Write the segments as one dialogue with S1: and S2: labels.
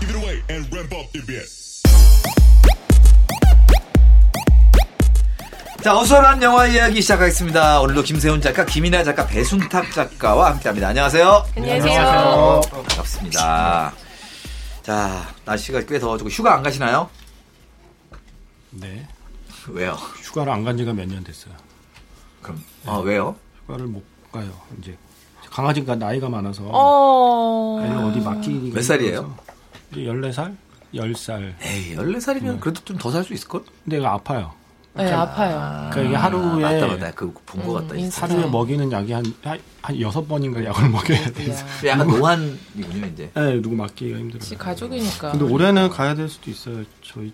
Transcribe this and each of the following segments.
S1: Give it away and ramp up the beat.
S2: 자, 어수선한 영화 이야기 시작하겠습니다. 오늘도 김세훈 작가, 김이나 작가, 배순탁 작가와 함께 합니다. 안녕하세요.
S3: 안녕하세요.
S2: 반갑습니다. 자, 날씨가 꽤 더워지고 휴가 안 가시나요?
S3: 네.
S2: 왜요?
S3: 휴가를 안 간 지가 몇 년 됐어요.
S2: 그럼, 어,
S3: 네.
S2: 왜요?
S3: 휴가를 못 가요. 이제 강아지가 나이가 많아서
S4: 어.
S3: 애를 어디 맡기기가
S2: 몇 살이에요?
S3: 힘들어서. 이제 14살? 10살.
S2: 에이,
S3: 네.
S2: 14살이면 그래도 좀 더 살 수 있을걸?
S3: 근데 애가 아파요.
S4: 네, 아파요.
S2: 아,
S3: 그러니까 이게 하루에-
S2: 맞다, 맞다. 그본 것 같다.
S4: 음,
S2: 이
S3: 하루에
S4: 네.
S3: 먹이는 약이 한, 한, 한 6번인가 약을
S4: 어,
S3: 먹여야 돼서.
S2: 그 약간 노안이군요, 이제.
S3: 네, 누구 맡기기가 힘들어요.
S4: 혹시 아, 가족이니까.
S3: 근데 올해는 가야 될 수도 있어요. 저희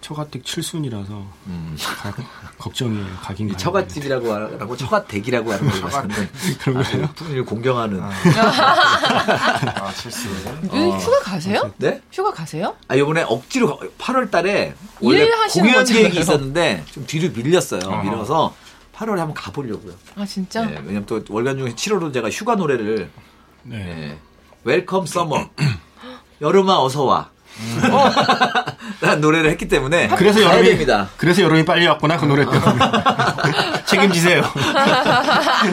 S3: 처가댁 칠순이라서
S2: 음.
S3: 가- 걱정이에요. 가긴 가야 되는데.
S2: 처갓집이라고 하고 처갓댁이라고 하는 걸 봤는데
S3: 그런 거예요?
S2: 푸니를 공경하는
S5: 아, 실수.
S4: 여기 휴가 가세요?
S2: 네?
S4: 휴가 가세요?
S2: 아, 요번에 억지로 8월 달에 원래
S4: 하시는
S2: 공연
S4: 거잖아요.
S2: 계획이 있었는데 좀 뒤로 밀렸어요. 밀어서 8월에 한번 가보려고요.
S4: 아 진짜?
S2: 네, 왜냐면 또 월간 중에 7월로 제가 휴가 노래를
S3: 네.
S2: 네. 웰컴 서머 여름아 어서 와.
S4: 어.
S2: 라는 노래를 했기 때문에
S3: 그래서
S2: 가야
S3: 여름이
S2: 됩니다.
S3: 그래서 여름이 빨리 왔구나 그 노래 때문에 책임지세요.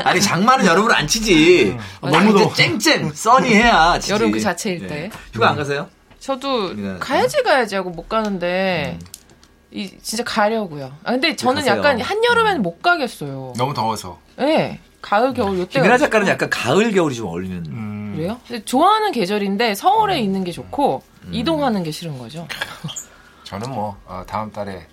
S2: 아니 장마는 여름을 안 치지. 어,
S3: 너무
S2: 너무
S3: 더워.
S2: 쨍쨍 써니해야
S4: 음.
S2: 치지.
S4: 여름 그 자체일
S2: 예.
S4: 때.
S2: 휴가 안 가세요?
S4: 저도
S2: 우리나라에서?
S4: 가야지 가야지 하고 못 가는데 이 진짜 가려고요. 아 근데 저는
S2: 음. 네, 가세요. 음.
S4: 약간 한 여름에는 못 가겠어요.
S5: 너무 더워서.
S4: 네, 가을 겨울 요때.
S2: 김연아 작가는 약간 가을 겨울이 좀 어울리는.
S5: 음.
S4: 그래요? 근데 좋아하는 계절인데 서울에
S2: 음.
S4: 있는 게 좋고 이동하는 게 싫은 거죠.
S5: 저는 뭐 어, 다음 달에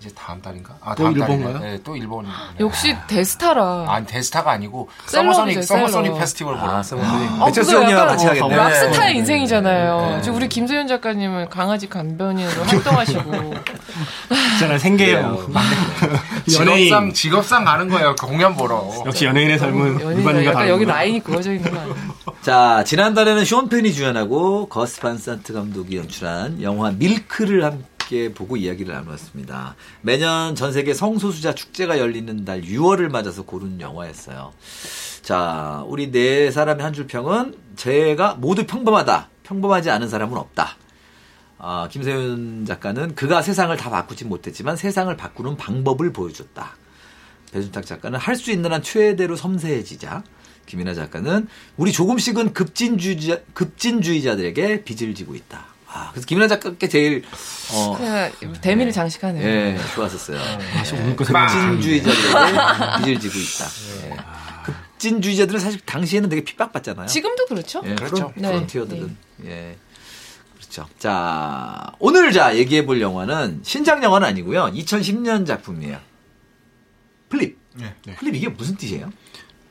S5: 이제 다음 달인가? 아,
S3: 또
S5: 다음
S3: 일본가요?
S5: 달에 네, 또 일본.
S4: 역시
S2: 아.
S4: 대스타라.
S5: 아, 데스타가 아니고
S4: 셀럽이죠,
S5: 서머소닉 서머소닉
S4: 셀럽.
S5: 페스티벌 보러.
S2: 아, 성훈이
S4: 어,
S2: 배철수
S4: 그거
S2: 형이랑
S4: 약간
S2: 같이
S4: 어,
S2: 가겠네.
S5: 락-
S4: 락스타의
S5: 네.
S4: 인생이잖아요.
S5: 네.
S4: 지금 우리 김소연 작가님은 강아지 간변인으로 활동하시고
S3: 저는 생계예요. 연예인
S5: 네, 뭐, 직업상 직업상 가는 거예요. 그 공연 보러.
S3: 역시 연예인의 삶은
S4: 어, 연예인
S3: 일반인과
S4: 약간
S3: 다른
S4: 여기 라인이 그어져 있는 거 아니에요?
S2: 자, 지난달에는 쇼펜이 주연하고 거스 반산트 감독이 연출한 영화 밀크를 함께 보고 이야기를 나누었습니다. 매년 전 세계 성소수자 축제가 열리는 달 6월을 맞아서 고른 영화였어요. 자, 우리 네 사람의 한 줄 평은 제가 모두 평범하다. 평범하지 않은 사람은 없다. 아, 김세윤 작가는 그가 세상을 다 바꾸진 못했지만 세상을 바꾸는 방법을 보여줬다. 배순탁 작가는 할 수 있는 한 최대로 섬세해지자. 김이나 작가는 우리 조금씩은 급진주의자, 급진주의자들에게 빚을 지고 있다. 아, 그래서 김이나 작가께 제일, 어,
S4: 그냥 대미를 장식하네요.
S2: 예, 좋았었어요.
S3: 다시 오는 거
S2: 급진주의자들에게 빚을 지고
S4: 네.
S2: 있다. 예. 급진주의자들은 사실 당시에는 되게 핍박받잖아요.
S4: 지금도 그렇죠?
S2: 예,
S5: 그렇죠.
S2: 프론- 프론티어들은.
S4: 네,
S2: 예. 그렇죠. 자, 오늘 자, 얘기해 볼 영화는 신작 영화는 아니고요. 2010년 작품이에요. 플립.
S5: 네.
S2: 플립 이게 무슨 뜻이에요?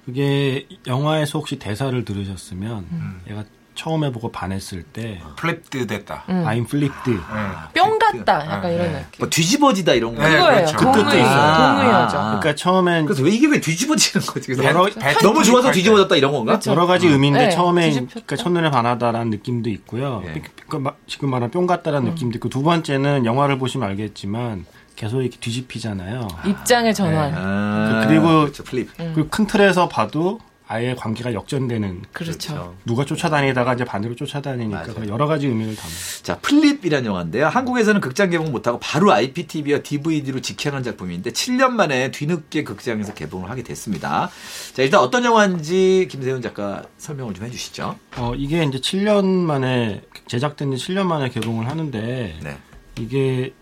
S3: 그게 영화에서 혹시 대사를 들으셨으면
S5: 음.
S3: 얘가 처음에 보고 반했을 때
S5: 플립드 됐다.
S4: 음.
S3: I'm flipped.
S5: 예.
S4: 뿅 같다.
S5: 아,
S4: 약간
S5: 네.
S4: 이런 느낌.
S2: 뭐 뒤집어지다 이런 거.
S5: 네,
S4: 그거예요.
S5: 그렇죠.
S4: 동의,
S3: 그것도 있어요.
S4: 동의 여정.
S2: 아, 아.
S3: 그러니까 처음엔
S2: 그래서 왜 이게 왜 뒤집어지는 거지? 그래서
S3: 여러-
S5: 배-
S2: 너무 좋아서
S5: 할 때.
S2: 뒤집어졌다 이런 건가?
S4: 그렇죠.
S3: 여러 가지 의미인데
S4: 네,
S3: 처음에
S4: 뒤집혔다.
S3: 그러니까 첫눈에 반하다라는 느낌도 있고요.
S2: 예.
S3: 삐- 삐- 그 마- 지금 말한 뿅 같다라는 느낌도 있고 두 번째는 영화를 보시면 알겠지만 계속 이렇게 뒤집히잖아요.
S4: 입장의 전환.
S2: 아,
S3: 그리고-
S2: 그렇죠. 플립.
S3: 그리고 큰 틀에서 봐도 아예 관계가 역전되는
S4: 그렇죠.
S3: 누가 쫓아다니다가 이제 반대로 쫓아다니니까
S2: 맞아요.
S3: 그런 여러 가지 의미를 담는
S2: 자, 플립이라는 영화인데요. 한국에서는 극장 개봉 못하고 바로 IPTV와 DVD로 직행한 작품인데 7년 만에 뒤늦게 극장에서 개봉을 하게 됐습니다. 자, 일단 어떤 영화인지 김세훈 작가 설명을 좀 해주시죠.
S3: 어, 이게 이제 7년 만에 제작된 지 7년 만에 개봉을 하는데
S2: 네.
S3: 이게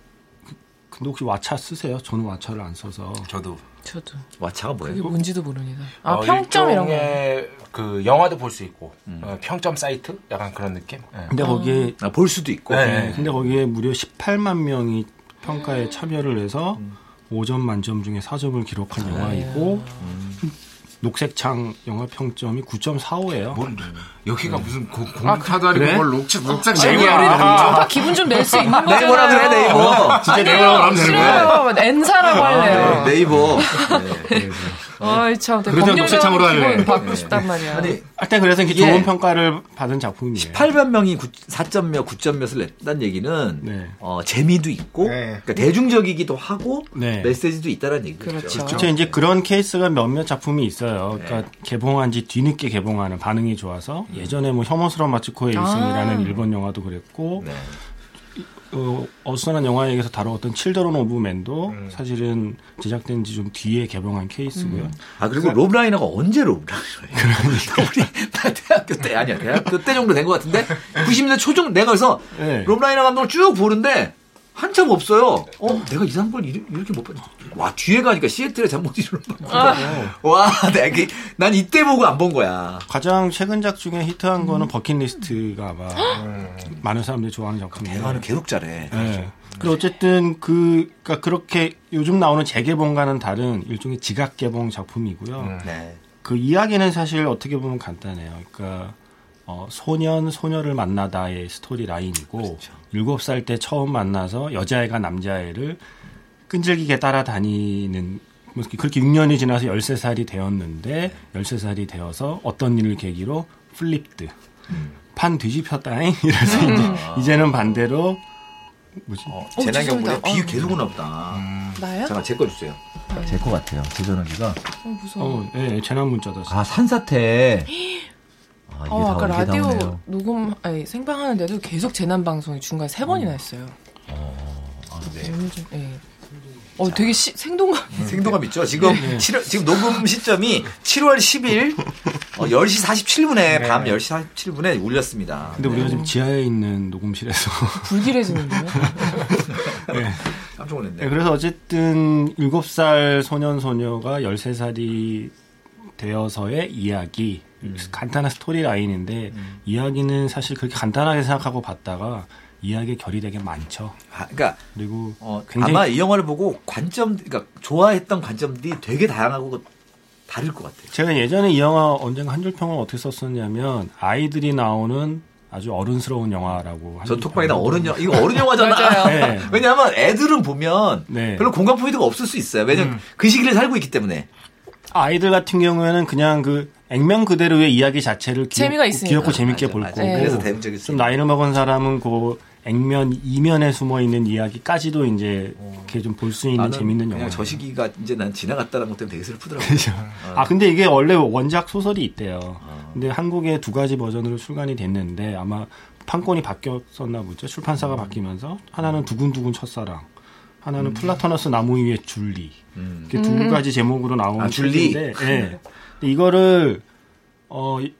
S3: 그- 근데 혹시 왓챠 쓰세요? 저는 왓챠를 안 써서
S5: 저도
S4: 저도.
S2: 와차가
S4: 그게
S2: 뭐예요?
S4: 뭔지도 모릅니다. 아,
S5: 어,
S4: 평점 이런 거.
S5: 일종의 그 영화도 볼 수 있고 어, 평점 사이트 약간 그런 느낌. 예.
S3: 근데 거기에
S2: 아, 볼 수도 있고.
S5: 네.
S3: 네, 근데 거기에 무려 18만 명이 평가에 참여를 해서 5점 만점 중에 4점을 기록한 영화이고 녹색창 영화 평점이 9.45예요.
S5: 뭔 여기가 무슨 고- 공파도 음. 아니고
S3: 그래?
S5: 뭘 녹색 녹색
S4: 오빠
S5: 색이야.
S4: 기분 좀 낼 수 있는 거잖아요.
S2: 네이버라 그래, 네이버.
S3: 진짜 내가 하면 되는 거야.
S4: 싫어요. 엔사라고 할래요.
S2: 네이버. 네.
S4: 아이 참. 되게
S3: 그래서
S4: 법률적인
S3: 녹색창으로 할래.
S4: 기분 받고 싶단 말이야.
S2: 아니,
S3: 하여튼 그래서 이렇게
S2: 예.
S3: 좋은 평가를 받은 작품이에요.
S2: 8만 명이 4점 몇, 9점 몇을 냈다는 얘기는
S3: 네.
S2: 어, 재미도 있고
S5: 네.
S2: 그러니까 대중적이기도 하고
S3: 네.
S2: 메시지도 있다는 얘기죠.
S4: 그렇죠.
S3: 그렇죠. 이제 그런 케이스가 몇몇 작품이 있어요. 있어요. 그러니까 개봉한 지 뒤늦게 개봉하는 반응이 좋아서 예전에 뭐 혐오스러운 마츠코의 일생이라는 일본 영화도 그랬고
S2: 네.
S3: 어, 어수선한 영화에서 다뤘던 칠더런 오브 맨도 사실은 제작된 지 좀 뒤에 개봉한 케이스고요.
S2: 아 그리고 롭라이너가 언제 롭라이너예요? 우리 나 대학교 때 아니야 대학교 때 정도 된 것 같은데 90년대 초중 내가 그래서
S3: 네.
S2: 롭라이너 감독을 쭉 보는데 한참 없어요. 어 내가 이상한 걸 이리- 이렇게 못 봤지. 와 뒤에 가니까 시애틀의 잠못이로 아. 그, 와난 이때 보고 안 본 거야.
S3: 가장 최근작 중에 히트한 거는 버킷리스트가 아마 많은 사람들이 좋아하는 작품이에요.
S2: 대화는 계속 잘해.
S3: 네. 그리고 어쨌든 그 그러니까 그렇게 요즘 나오는 재개봉과는 다른 일종의 지각 개봉 작품이고요.
S2: 네.
S3: 그 이야기는 사실 어떻게 보면 간단해요. 그러니까 어, 소년 소녀를 만나다의 스토리 라인이고 일곱 살 때 처음 만나서 여자애가 남자애를 끈질기게 따라다니는 뭐 그렇게 6년이 지나서 13살이 되었는데 13살이 되어서 어떤 일을 계기로 플립드 판 뒤집혔다잉 이래서 이제, 이제는 반대로 뭐지
S4: 어,
S2: 재난 경보에
S4: 죄송합니다.
S2: 비유
S4: 어.
S2: 계속 오나 보다.
S4: 나야?
S2: 잠깐 제 거 주세요. 음. 제 거 같아요. 제 전화기가.
S4: 어, 무서워.
S3: 어, 예, 예, 재난 문자다.
S2: 아 산사태. 아, 이게
S4: 어,
S2: 다
S4: 아까
S2: 이렇게
S4: 라디오
S2: 나오네요.
S4: 녹음 아니 생방하는데도 계속 재난 방송이 중간에 세 번이나 했어요. 오늘 좀 예. 어 되게 시- 생동감.
S2: 음. 생동감 있죠. 지금
S3: 네.
S2: 칠- 지금 녹음 시점이 7월 10일 어, 10시 47분에 밤 10시 47분에 울렸습니다. 네.
S3: 네. 근데 우리가 지금 지하에 있는 녹음실에서
S4: 불길해지는데요.
S2: 깜짝 놀랐네.
S3: 네, 그래서 어쨌든 7살 소년 소녀가 13살이 되어서의 이야기
S2: 음.
S3: 간단한 스토리 라인인데 이야기는 사실 그렇게 간단하게 생각하고 봤다가 이야기의 결이 되게 많죠.
S2: 아, 그러니까
S3: 그리고
S2: 어,
S3: 굉장히
S2: 아마 이 영화를 보고 관점 그러니까 좋아했던 관점들이 되게 다양하고 다를 것 같아요.
S3: 제가 예전에 이 영화 언젠가 한 줄 평을 어떻게 썼었냐면 아이들이 나오는 아주 어른스러운 영화라고 한
S2: 저
S3: 줄
S2: 톡방에다
S3: 평을
S2: 어른 영화, 이거 어른 영화잖아.
S4: 맞아요.
S3: 아, 네.
S2: 왜냐하면 애들은 보면
S3: 네. 음.
S2: 별로 공감 포인트가 없을 수 있어요. 왜냐면 그 시기를 살고 있기 때문에.
S3: 아이들 같은 경우에는 그냥 그 액면 그대로의 이야기 자체를
S4: 재미가
S3: 귀엽고,
S4: 있으니까.
S3: 귀엽고 재밌게
S2: 맞아,
S3: 볼
S2: 맞아.
S4: 네.
S3: 거고
S2: 그래서 대중적일 수
S3: 좀
S2: 있는.
S3: 나이를 먹은 사람은 그 액면 이면에 숨어 있는 이야기까지도 이제 이렇게 좀 볼 수 있는
S2: 어. 나는
S3: 재밌는
S2: 그냥
S3: 영화.
S2: 저 시기가 이제 난 지나갔다는 것 때문에 되게 슬프더라고요.
S3: 아 근데 이게 원래 원작 소설이 있대요.
S2: 아.
S3: 근데 한국에 두 가지 버전으로 출간이 됐는데 아마 판권이 바뀌었었나
S2: 음.
S3: 보죠. 출판사가 바뀌면서 하나는 두근두근 첫사랑, 하나는 플라타너스 나무 위의 줄리. 이렇게 두 가지 제목으로 나온
S2: 음. 아, 줄리.
S3: 책인데, 예. 근데 이거를 어 이-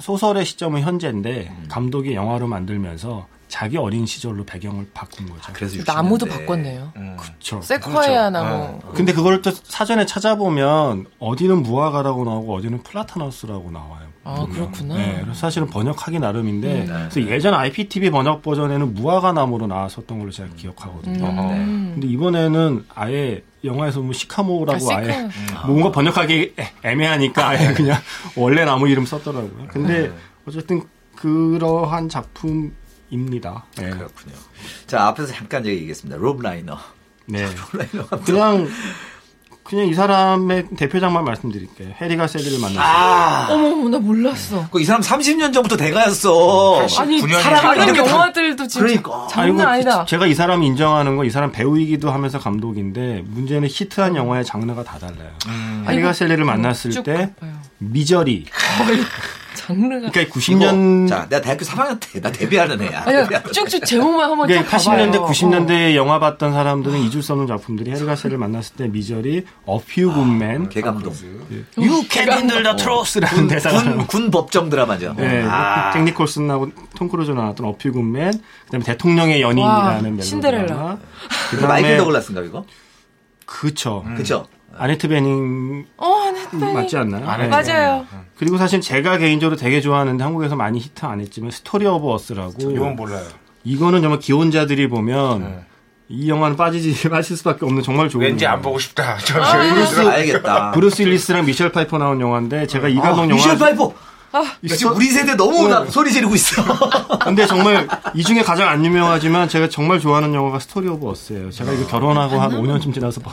S3: 소설의 시점은 현재인데
S2: 음.
S3: 감독이 영화로 만들면서 자기 어린 시절로 배경을 바꾼 거죠.
S2: 아, 그래서 60년대.
S4: 나무도 바꿨네요.
S5: 음.
S3: 그렇죠. 음.
S4: 세콰이아 나무. 뭐.
S3: 근데 그걸 또 사전에 찾아보면 어디는 무화과라고 나오고 어디는 플라타너스라고 나와요.
S4: 아 그렇구나.
S3: 네, 그래서 사실은 번역하기 나름인데 그래서 예전 IPTV 번역 버전에는 무화과 나무로 나왔었던 걸로 제가 기억하거든요.
S2: 네.
S3: 근데 이번에는 아예 영화에서 뭐 시카모라고
S4: 아,
S3: 아, 예
S4: 시카모.
S3: 뭔가 번역하기 애- 애매하니까 아예 그냥 원래 나무 이름 썼더라고요. 근데 어쨌든 그러한 작품입니다. 네.
S2: 그렇군요. 자 앞에서 잠깐 얘기했습니다. 롭 라이너.
S3: 네.
S2: 롭 라이너 감독.
S3: 그냥 그냥 이 사람의 대표작만 말씀드릴게요. 해리가 세리를 만났어요.
S2: 아,
S4: 어머 어머 나 몰랐어.
S2: 그이 사람 30년 전부터 대가였어.
S4: 아니
S5: 분열이
S4: 사랑하는
S2: 이렇게 다-
S4: 영화들도 지금
S2: 그러니까.
S4: 장난
S3: 아이고,
S4: 아니다.
S3: 제가 이 사람 인정하는 건 이 사람 배우이기도 하면서 감독인데 문제는 히트한 영화의 장르가 다 달라요.
S2: 음.
S3: 해리가 세리를 만났을
S4: 쭉
S3: 때
S4: 가봐요.
S3: 미저리.
S4: 장르가
S3: 그러니까
S2: 이거,
S3: 90년
S2: 자 내가 대학교 3학년 때 나 데뷔하는 애야.
S4: 아니야 그러니까 쭉쭉 제목만 한번 쭉
S3: 그러니까
S4: 봐봐요.
S3: 80년대,
S4: 어.
S3: 90년대 영화 봤던 사람들은 잊을 수 없는 작품들이 해리가 세리를 만났을 때 미저리, 어퓨 굿맨,
S2: 개감동.
S3: You Can Handle the Truth라는 아, 대사가 나와요.
S2: 아, 어. 군, 군 법정 드라마죠.
S3: 네,
S2: 아,
S3: 잭 니콜슨하고 톰 크루즈 나왔던 어퓨 굿맨, 그다음에 대통령의 연인이라는
S4: 와,
S3: 멜로드라마,
S4: 신데렐라.
S2: 마이클
S3: 그다음에
S2: 더글라스인가 이거?
S3: 그쵸,
S2: 그쵸?
S3: 아네트 베닝
S4: 어, 넷플릭.
S3: 맞지 않나요?
S5: 아,
S3: 네.
S4: 맞아요.
S3: 그리고 사실 제가 개인적으로 되게 좋아하는데 한국에서 많이 히트 안 했지만 스토리 오브
S5: 이건
S3: 어스라고
S5: 몰라요.
S3: 이거는 정말 기혼자들이 보면 이 영화는 빠지지 빠질 수밖에 없는 정말 좋은
S5: 왠지 안
S3: 영화예요.
S5: 보고 싶다. 저, 저
S4: 아.
S5: 이거
S2: 그래서 아, 알겠다. 아,
S3: 브루스 윌리스랑 미셸 파이퍼 나온 영화인데 제가 이 감독 영화
S2: 미셸 파이퍼.
S3: 이
S2: 지금
S3: 스토-
S2: 우리 세대 너무
S3: 네.
S2: 나 소리 지르고 있어.
S3: 근데 정말 이 중에 가장 안 유명하지만 제가 정말 좋아하는 영화가 스토리 오브 어스예요. 제가 이거 결혼하고 한 5년쯤 지나서 봐.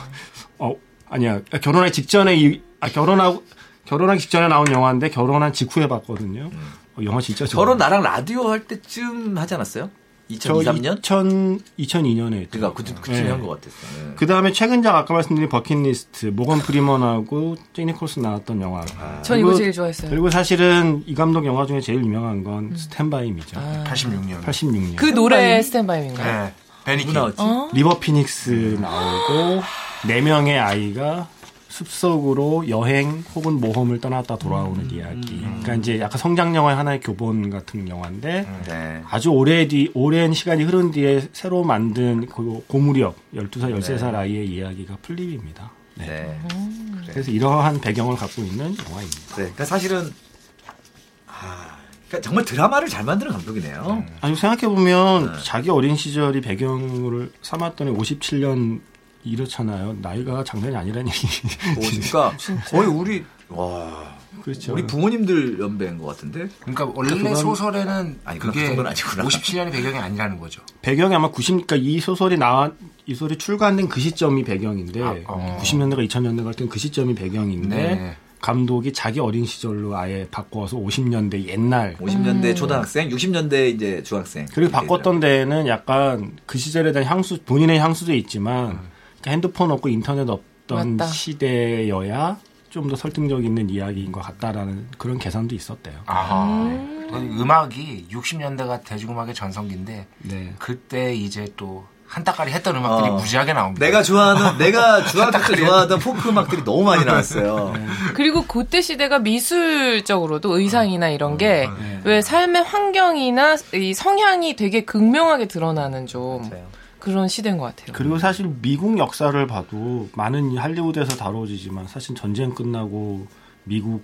S3: 어 아니야 결혼하기 직전에 이, 아 결혼하고 결혼하기 직전에 나온 영화인데 결혼한 직후에 봤거든요. 어, 영화 진짜 좋아요.
S2: 저런 나랑 라디오 할 때쯤 하지 않았어요?
S3: 저
S2: 2023년?
S3: 2000, 2002년에
S2: 그러니까 그쯤 그쯤에
S3: 네.
S2: 한 것 같았어요. 네.
S3: 그 다음에 최근작 아까 말씀드린 버킷리스트 모건 프리먼하고 제니콜슨 나왔던 영화.
S4: 전
S3: 그리고-
S4: 이거 제일 좋아했어요. 음.
S3: 그리고 사실은 이 감독 영화 중에 제일 유명한 건 스탠바이미죠.
S4: 아.
S5: 86년.
S3: 86년
S4: 그 노래 스탠바이인가요?
S5: 네. 베니키.
S2: 누구 그 나왔지?
S3: 리버 피닉스 나오고 네 명의 아이가 숲속으로 여행 혹은 모험을 떠났다 돌아오는 이야기. 그러니까 이제 약간 성장 영화의 하나의 교본 같은 영화인데
S2: 네.
S3: 아주 오래 뒤 오랜 시간이 흐른 뒤에 새로 만든 그 고무력 12살 13살 아이의 이야기가 플립입니다.
S2: 네.
S3: 그래서 이러한 배경을 갖고 있는 영화입니다.
S2: 그래. 그러니까 사실은 아, 그러니까 정말 드라마를 잘 만드는 감독이네요.
S3: 아니 생각해 보면 자기 어린 시절이 배경을 삼았더니 57년 이렇잖아요. 나이가 장난이 아니라니.
S2: 그러니까 거의 우리 와
S3: 그렇죠.
S2: 우리 부모님들 연배인 것 같은데.
S5: 그러니까 원래 소설에는
S2: 아니, 그건 그
S5: 그게
S2: 정도는 아니구나.
S5: 57년이 배경이 아니라는 거죠.
S3: 배경이 아마 90, 그러니까 이 소설이 나와 이 소설이 출간된 그 시점이 배경인데
S5: 어.
S3: 90년대가 2000년대 같은 그 시점이 배경인데
S5: 네.
S3: 감독이 자기 어린 시절로 아예 바꿔서 50년대 옛날
S2: 50년대 초등학생, 60년대 이제 중학생.
S3: 음. 그리고 바꿨던 데에는 약간 그 시절에 대한 향수 본인의 향수도 있지만
S5: 음.
S3: 그러니까 핸드폰 없고 인터넷 없던
S4: 맞다.
S3: 시대여야 좀 더 설득력 있는 이야기인 것 같다라는 그런 계산도 있었대요.
S5: 아하. 음. 악이 60년대가 대중음악의 전성기인데
S3: 네.
S5: 그때 이제 또 한따까리 했던 음악들이
S2: 어.
S5: 무지하게 나옵니다.
S2: 내가 좋아하는 내가 중학교 때 좋아하던 포크 음악들이 너무 많이 나왔어요.
S3: 네.
S4: 그리고 그때 시대가 미술적으로도 의상이나 이런 게 왜 삶의 환경이나 이 성향이 되게 극명하게 드러나는 좀 그런 시대인 것 같아요.
S3: 그리고 사실 미국 역사를 봐도 많은 이 할리우드에서 다뤄지지만 사실 전쟁 끝나고 미국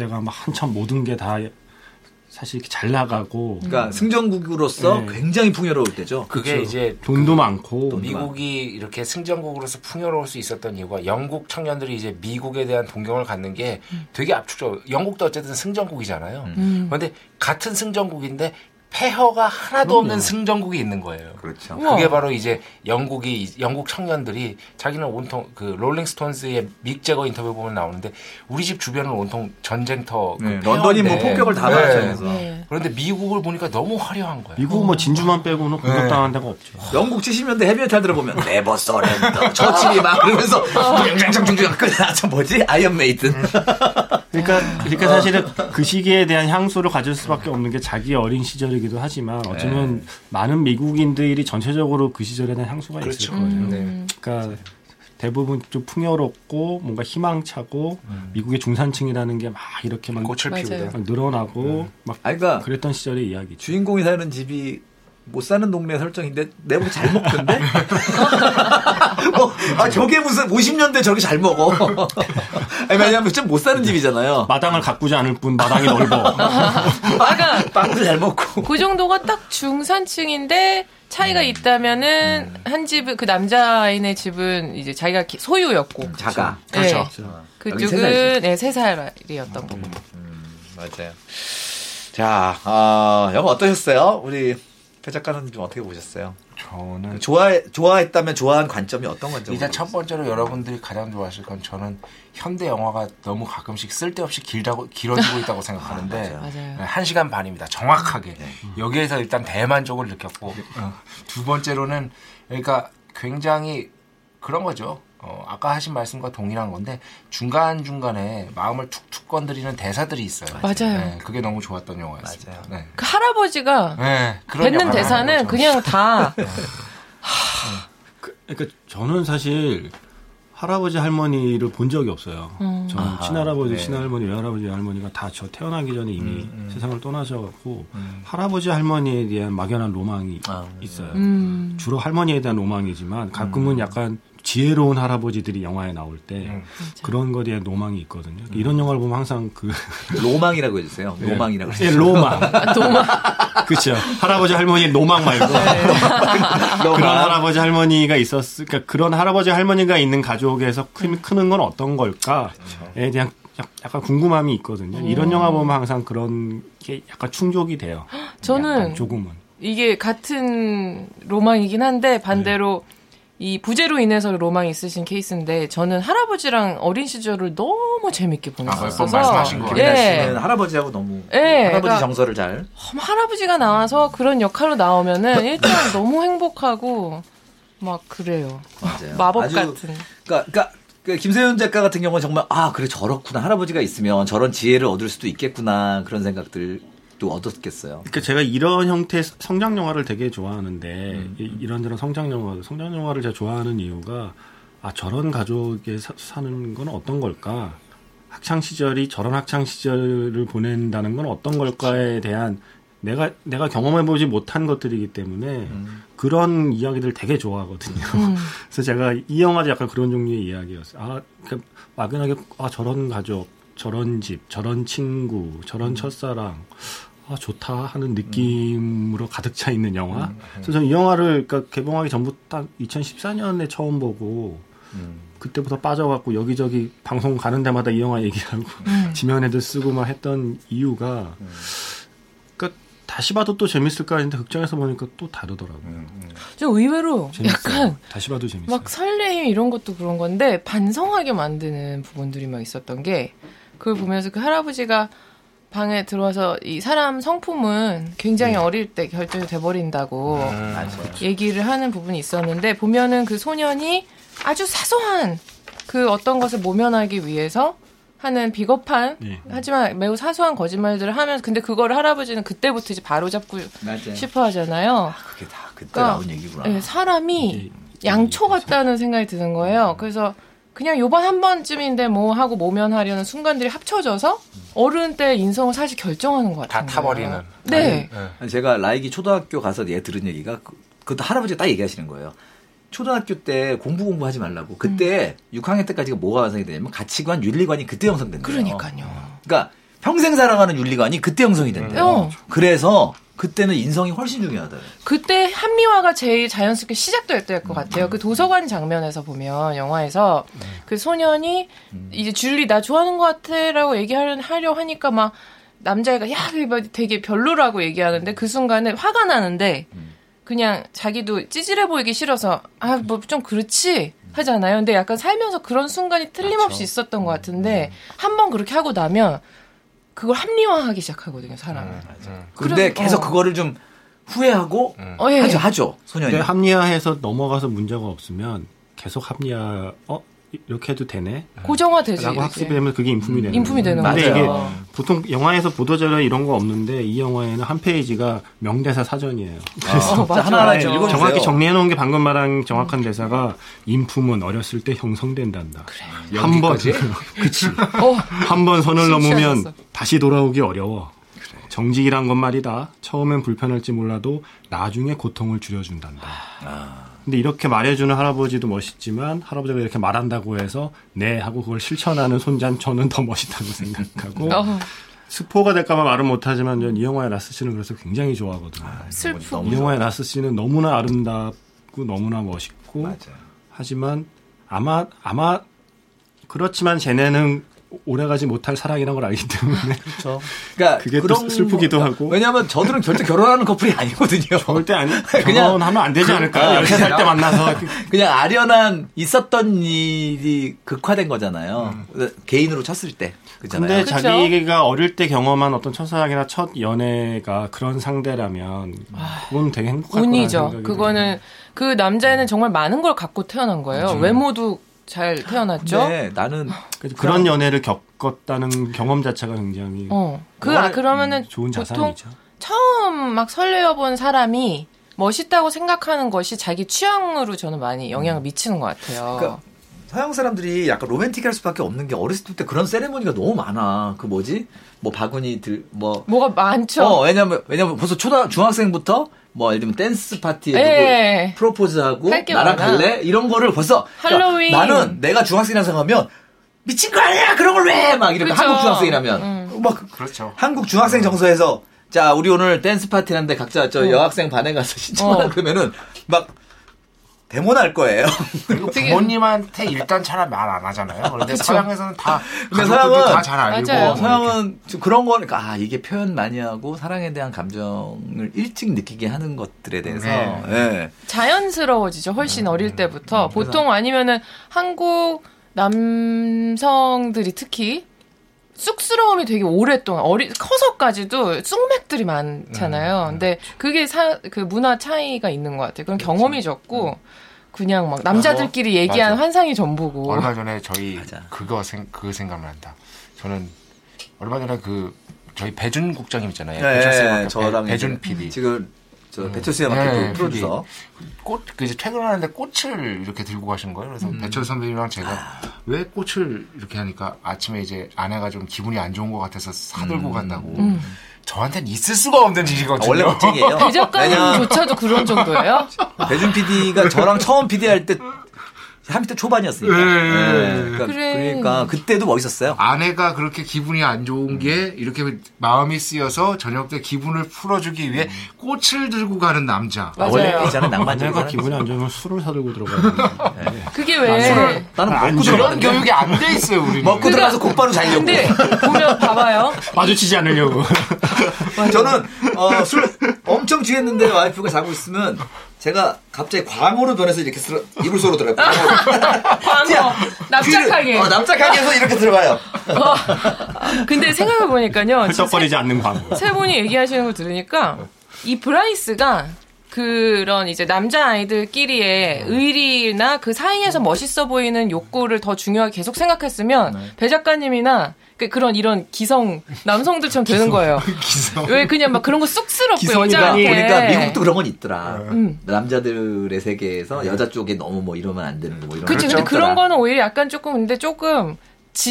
S3: 그때가 막 한참 모든 게 다 사실 이렇게 잘 나가고
S2: 그러니까 승전국으로서
S3: 네. 굉장히
S2: 굉장히 풍요로울 때죠.
S5: 그게 이제
S3: 그렇죠. 돈도 많고
S5: 미국이 이렇게 승전국으로서 풍요로울 수 있었던 이유가 영국 청년들이 이제 미국에 대한 동경을 갖는 게 되게 압축적. 영국도 어쨌든 승전국이잖아요.
S2: 음.
S5: 그런데 같은 승전국인데 폐허가 하나도 없는 승전국이 있는 거예요.
S2: 그렇죠.
S4: 우와.
S5: 그게 바로 이제 영국이 이- 영국 청년들이 자기는 온통 그 롤링스톤스의 믹 제거 인터뷰 보면 나오는데 우리 집 주변은 온통 전쟁터 그
S2: 네, 런던이 뭐
S5: 폐허인데.
S2: 폭격을 다
S5: 네.
S2: 받았잖아요.
S4: 네.
S5: 그런데 미국을 보니까 너무 화려한 거야.
S3: 미국 뭐 진주만 빼고는 공격당한 데가 없죠.
S2: 영국 70년대 헤비메탈 들어보면 네버 서렌더 저치리 막 그러면서 중장장중장 그나참 뭐지 아이언 메이든
S3: 그러니까 그러니까 사실은 그 시기에 대한 향수를 가질 수밖에 없는 게 자기 어린 시절이기도 하지만 어쩌면 많은 미국인들이 전체적으로 그 시절에 대한 향수가 있을 거예요.
S5: 네.
S3: 그러니까 대부분 좀 풍요롭고 뭔가 희망차고 미국의 중산층이라는 게 막 이렇게 막
S5: 꽃을
S4: 맞아요.
S5: 피우다.
S3: 막 늘어나고 막
S2: 아 그러니까
S3: 그랬던 시절의 이야기죠.
S2: 주인공이 사는 집이 못 사는 동네 설정인데 내가 잘 먹던데 뭐, 아 저게 무슨 50년대 저게 잘 먹어 아니 왜냐면 좀 못 사는 집이잖아요
S3: 마당을 가꾸지 않을 뿐 마당이 넓어.
S2: 빵, 빵도 잘 먹고
S4: 그 정도가 딱 중산층인데 차이가 있다면은 한 집은 그 남자인의 집은 이제 자기가 기- 소유였고
S2: 자가
S4: 그렇죠.
S2: 여기 세
S4: 그쪽은 네, 세 음. 살이었던 거고.
S2: 맞아요. 자, 아, 영화 어떠셨어요? 우리 표 작가는 좀 어떻게 보셨어요?
S5: 저는
S2: 좋아 좋아했다면 좋아한 관점이 어떤 건지
S5: 일단 첫 번째로 여러분들이 가장 좋아하실 건 저는 현대 영화가 너무 가끔씩 쓸데없이 길다고 길어지고 있다고 생각하는데
S4: 맞아요. 네.
S5: 네, 한 시간 반입니다. 정확하게 여기에서 일단 대만족을 느꼈고 어, 두 번째로는 그러니까 굉장히 그런 거죠. 어, 아까 하신 말씀과 동일한 건데 중간 중간에 마음을 툭툭 건드리는 대사들이 있어요.
S4: 맞아요.
S5: 네, 그게 너무 좋았던 영화였습니다.
S2: 맞아요.
S5: 네.
S4: 그 할아버지가
S5: 네, 그런
S4: 뱉는
S5: 영화라는
S4: 대사는
S5: 거죠.
S4: 그냥 다
S3: 그- 그러니까 저는 사실 할아버지 할머니를 본 적이 없어요. 저는 친할아버지, 친할머니, 외할아버지, 외할머니가 다 저 태어나기 전에 이미 세상을 떠나셔갖고 할아버지 할머니에 대한 막연한 로망이 있어요.
S4: 음.
S3: 주로 할머니에 대한 로망이지만 가끔은 약간 지혜로운 할아버지들이 영화에 나올 때 그런 거에 대한 로망이 있거든요. 이런 영화를 보면 항상 그
S2: 로망이라고 해주세요. 로망이라고
S3: 예,
S2: 해주세요.
S3: 로망,
S4: 아,
S3: 그렇죠. 할아버지 할머니의 로망 말고 그런 할아버지 할머니가 있었을, 그러니까 그런 할아버지 할머니가 있는 가족에서 크, 크는 건 어떤 걸까에 대한 약- 약간 궁금함이 있거든요. 이런 영화 보면 항상 그런 게 약간 충족이 돼요.
S4: 저는
S3: 조금은.
S4: 이게 같은 로망이긴 한데 반대로 이 부재로 인해서 로망이 있으신 케이스인데 저는 할아버지랑 어린 시절을 너무 재밌게 보냈었어서
S5: 몇번 말씀하신 거
S4: 예.
S2: 씨는 아, 할아버지하고 너무
S4: 예,
S2: 할아버지
S4: 그러니까-
S2: 정서를 잘
S4: 음, 할아버지가 나와서 그런 역할로 나오면은 일단 너무 행복하고 막 그래요.
S2: 맞아요.
S4: 마법
S2: 아주-
S4: 같은.
S2: 그러니까, 그러니까 그 김세윤 작가 같은 경우는 정말 아 그래 저렇구나 할아버지가 있으면 저런 지혜를 얻을 수도 있겠구나 그런 생각들도 얻었겠어요.
S3: 그러니까 제가 이런 형태의 성장 영화를 되게 좋아하는데
S2: 음,
S3: 이- 이런저런 성장 영화, 성장 영화를 제가 좋아하는 이유가 아 저런 가족에 사, 사는 건 어떤 걸까? 학창 시절이 저런 학창 시절을 보낸다는 건 어떤 걸까에 대한 내가 내가 경험해 보지 못한 것들이기 때문에
S2: 음.
S3: 그런 이야기들 되게 좋아하거든요. 그래서 제가 이 영화도 약간 그런 종류의 이야기였어요. 아, 그 막연하게 아 저런 가족, 저런 집, 저런 친구,
S2: 음.
S3: 저런 첫사랑, 아 좋다 하는 느낌으로 가득 차 있는 영화. 그래서 저는 이 영화를 그러니까 개봉하기 전부 딱 2014년에 처음 보고 그때부터 빠져갖고 여기저기 방송 가는 데마다 이 영화 얘기하고
S4: 음.
S3: 지면에도 쓰고 막 했던 이유가 그러니까 다시 봐도 또 재밌을까 했는데 극장에서 보니까 또 다르더라고요.
S4: 좀 의외로
S3: 재밌어요.
S4: 약간
S3: 다시 봐도 재밌어요.
S4: 막 설레임 이런 것도 그런 건데 반성하게 만드는 부분들이 막 있었던 게 그걸 보면서 그 할아버지가 방에 들어와서 이 사람 성품은 굉장히 어릴 때 결정이 돼버린다고 얘기를 하는 부분이 있었는데 보면은 그 소년이 아주 사소한 그 어떤 것을 모면하기 위해서 하는 비겁한
S3: 예.
S4: 하지만 매우 사소한 거짓말들을 하면서 근데 그걸 할아버지는 그때부터 이제 바로 잡고
S2: 맞아요.
S4: 싶어 네. 하잖아요.
S2: 그게 다 그때
S4: 그러니까,
S2: 나온 얘기구나.
S4: 네,
S3: 예.
S4: 사람이 양초 같다는 생각이 드는 거예요. 그래서 그냥 요번 한 번쯤인데 뭐 하고 모면하려는 순간들이 합쳐져서 어른 때 인성을 사실 결정하는 것
S5: 음. 다
S4: 같아요.
S5: 타버리는.
S4: 네.
S2: 아니, 제가 라이기 초등학교 가서 얘 들은 얘기가 그- 그것도 할아버지가 딱 얘기하시는 거예요. 초등학교 때 공부 공부하지 말라고. 그때 6학년 때까지가 뭐가 완성이 되냐면 가치관, 윤리관이 그때 형성된대요.
S4: 음. 그러니까요.
S2: 그러니까 평생 살아가는 윤리관이 그때 형성이 된대요.
S4: 어.
S2: 그래서 그때는 인성이 훨씬 중요하다.
S4: 그때 한미화가 제일 자연스럽게 시작될 것 같아요. 그 도서관 장면에서 보면 영화에서 그 소년이 이제 줄리 나 좋아하는 것 같아라고 얘기하려 하려 하니까 막 남자애가 야 그게 막 되게 별로라고 얘기하는데 그 순간에 화가 나는데 그냥 자기도 찌질해 보이기 싫어서 아 뭐 좀 그렇지 하잖아요. 근데 약간 살면서 그런 순간이 틀림없이 있었던 것 같은데 한 번 그렇게 하고 나면 그걸 합리화하기 시작하거든요 사람은.
S2: 음. 근데
S4: 그럼-
S2: 계속
S4: 어.
S2: 그거를 좀 후회하고
S4: 어, 예.
S2: 하죠, 하죠. 소년이.
S3: 근데 합리화해서 넘어가서 문제가 없으면 계속 합리화 어 이렇게 해도 되네.
S4: 고정화되지.
S3: 라고
S4: 이렇게.
S3: 학습되면 그게 인품이 되는
S4: 인품이 되는
S3: 거죠. 근데
S4: 거죠.
S3: 이게 보통 영화에서 보도자료 이런 거 없는데 이 영화에는 한 페이지가 명대사 사전이에요.
S2: 어,
S4: 맞아,
S2: 하나하나
S4: 맞아.
S2: 읽어주세요.
S3: 정확히 정리해 놓은 게 방금 말한 정확한 대사가 인품은 어렸을 때 형성된단다. 그래. 한번 그치.
S4: 어,
S3: 한 번 선을 넘으면
S4: 심취하셨어.
S3: 다시 돌아오기 어려워. 정직이란 건 말이다. 처음엔 불편할지 몰라도 나중에 고통을 줄여준단다. 근데 이렇게 말해주는 할아버지도 멋있지만 할아버지가 이렇게 말한다고 해서 네 하고 그걸 실천하는 손자는 저는 더 멋있다고 생각하고
S4: 어,
S3: 스포가 될까봐 말은 못하지만 저는 이 영화의 라스 씨는 그래서 굉장히 좋아하거든요.
S4: 슬프고.
S3: 이 영화의 라스 씨는 너무나 아름답고 너무나 멋있고 하지만 아마 아마 그렇지만 쟤네는 오래가지 못할 사랑이라는 걸 알기 때문에
S2: 그렇죠. 그러니까
S3: 그게 또
S2: 그런
S3: 슬프기도
S2: 거-
S3: 하고.
S2: 왜냐하면 저들은 결제 결혼하는 커플이 아니거든요.
S3: 절대 아니 그러니까.
S2: 그냥-
S3: 결혼하면 안 되지 않을까요?
S2: 아,
S3: 13살 때 만나서
S2: 그냥 아련한 있었던 일이 극화된 거잖아요.
S3: 음.
S2: 개인으로 쳤을 때 그잖아요.
S3: 근데
S4: 그쵸?
S3: 자기가 어릴 때 경험한 어떤 첫사랑이나 첫 연애가 그런 상대라면 그건 되게 행복할 거라는
S4: 운이죠.
S3: 생각이 들어요. 네.
S4: 그거는 그 남자애는 정말 많은 걸 갖고 태어난 거예요. 외모도 잘 태어났죠.
S3: 네.
S2: 근데 나는
S3: 그래서 그런 연애를 겪었다는 경험 자체가 굉장히
S4: 어. 그 아, 그러면은
S3: 좋은
S4: 보통
S3: 자산이죠.
S4: 처음 막 설레어 본 사람이 멋있다고 생각하는 것이 자기 취향으로 저는 많이
S3: 음.
S4: 영향을 미치는 것 같아요.
S2: 그러니까 서양 사람들이 약간 로맨틱할 수밖에 없는 게 어렸을 때 그런 세레모니가 너무 많아. 그 뭐지? 뭐 바구니 들뭐
S4: 뭐가 많죠.
S2: 어, 왜냐면, 왜냐면 벌써 초등, 중학생부터 뭐, 예를 들면 댄스 파티에
S4: 예.
S2: 누구 프로포즈하고,
S4: 할게
S2: 나랑
S4: 많아.
S2: 갈래? 이런 거를 벌써. 그러니까
S4: 할로윈.
S2: 나는 내가 중학생이라 생각하면, 미친 거 아니야! 그런 걸 왜! 막 이렇게
S4: 그쵸. 음.
S2: 한국 중학생이라면. 막,
S5: 그렇죠.
S2: 한국 중학생 정서에서, 자, 우리 오늘 댄스 파티 하는데 각자 저 여학생 반에 가서 신청하라
S4: 어.
S2: 그러면은, 막, 데모 날 거예요.
S5: 그리고
S4: 되게-
S5: 부모님한테 일단 차라리 말 안 하잖아요. 그런데 서양에서는 다
S2: 근데
S5: 가족들도
S2: 서양은-
S5: 다 잘 알고
S4: 맞아요.
S5: 뭐
S2: 어, 서양은 좀 그런 거니까 아 이게 표현 많이 하고 사랑에 대한 감정을 일찍 느끼게 하는 것들에 대해서
S5: 네.
S2: 예.
S4: 자연스러워지죠. 훨씬
S5: 음,
S4: 어릴 때부터. 보통 아니면은 한국 남성들이 특히 쑥스러움이 되게 오랫동안 어리 커서까지도 쑥맥들이
S5: 음,
S4: 많잖아요. 근데
S5: 그렇죠.
S4: 그게 사, 그 문화 차이가 있는 것 같아요. 그런 경험이 적고 그냥 막 남자들끼리
S5: 뭐,
S4: 얘기한
S5: 그렇죠. 음. 맞아.
S4: 환상이 전부고.
S5: 얼마 전에 저희
S2: 뭐 맞아.
S5: 그거 생, 그 생각을 한다. 저는 얼마 전에 그 저희 배준 국장님 있잖아요.
S2: 예,
S5: 배철수의
S2: 예,
S5: 마켓 배-
S2: 저랑
S5: 배준
S2: 이제 음,
S5: PD.
S2: 지금 저 배철수의
S5: 예,
S2: 마켓
S5: 예,
S2: 프로듀서
S5: 꽃, 그 이제 퇴근하는데 꽃을 이렇게 들고 가신 거예요. 그래서
S2: 음.
S5: 배철 선배님이랑 제가
S2: 아.
S5: 왜 꽃을 이렇게 하니까 아침에 이제 아내가 좀 기분이 안 좋은 것 같아서 사들고 간다고. 저한테는 있을 수가 없는
S2: 음. 아,
S5: 일이거든요.
S2: 원래 멋쟁이에요. 왜냐면
S4: 대접감조차도 그런 정도예요?
S2: 배준 PD가 저랑 처음 PD 할 때 30대 초반이었으니까.
S5: 예, 예, 예.
S4: 그래.
S2: 그러니까, 그때도 멋있었어요.
S5: 아내가 그렇게 기분이 안 좋은 게 이렇게 마음이 쓰여서 저녁 때 기분을 풀어주기 위해 꽃을 들고 가는 남자.
S4: 맞아요.
S2: 원래 이제는 낭만적인
S3: 아내가
S2: 사람이
S3: 기분이 안 좋으면 술을 사들고 들어가야 되는데
S4: 그게
S5: 아, 네. 예.
S4: 왜?
S2: 있어요. 나는 먹고
S5: 그런
S2: 들어가는데.
S5: 교육이 안 돼 있어요, 우리는.
S2: 먹고 들어가서 곧바로 자려고.
S4: 근데 보면 봐봐요.
S3: 마주치지 않으려고
S2: 저는 어, 술 엄청 취했는데 와이프가 자고 있으면 제가 갑자기 광어로 변해서 이렇게 쓸어- 입을 쏘러 들어요.
S4: 광어
S5: 그-
S4: 납작하게.
S2: 어, 납작하게 해서 이렇게 들어가요.
S4: 어. 근데 생각해보니까요.
S5: 그렇죠.
S3: 헐떡거리지 않는 광고.
S4: 세 분이 얘기하시는 거 들으니까 이 브라이스가 그런 이제 남자 아이들끼리의
S2: 음.
S4: 의리나 그 사이에서 멋있어 보이는 욕구를 더 중요하게 계속 생각했으면
S2: 네.
S4: 배 작가님이나 그, 런 이런 기성 남성들처럼 되는 거예요. 왜 그냥 막 그런 거 쑥스럽고
S2: 그러니까
S4: 여자한테 음.
S2: 보니까 미국도 그런 건 있더라.
S5: 네.
S2: 남자들의 세계에서 여자 쪽에 너무 뭐 이러면 안 되는 거뭐 이런.
S4: 그치
S2: 거
S4: 근데 그런
S2: 있더라.
S4: 거는 오히려 약간 조금 근데 조금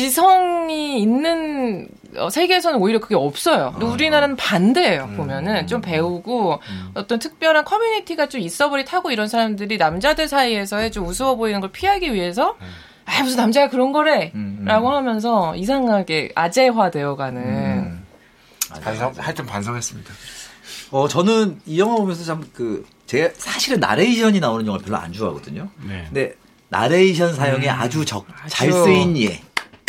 S4: 지성이 있는 어, 세계에서는 오히려 그게 없어요.
S2: 아.
S4: 근데 우리나라는 반대예요.
S2: 음.
S4: 보면은 좀 배우고 어떤 특별한 커뮤니티가 좀 있어버리타고 이런 사람들이 남자들 사이에서의 좀 우스워 보이는 걸 피하기 위해서 아 무슨 남자가 그런 거래라고
S2: 음, 음.
S4: 하면서 이상하게 아재화되어가는
S2: 음.
S5: 반성, 하여튼 반성했습니다.
S2: 어 저는 이 영화 보면서 참 그 제 사실은 나레이션이 나오는 영화 별로 안 좋아하거든요.
S3: 네.
S2: 근데 나레이션
S5: 음.
S2: 사용에 아주 적 잘
S4: 아주.
S2: 쓰인 예.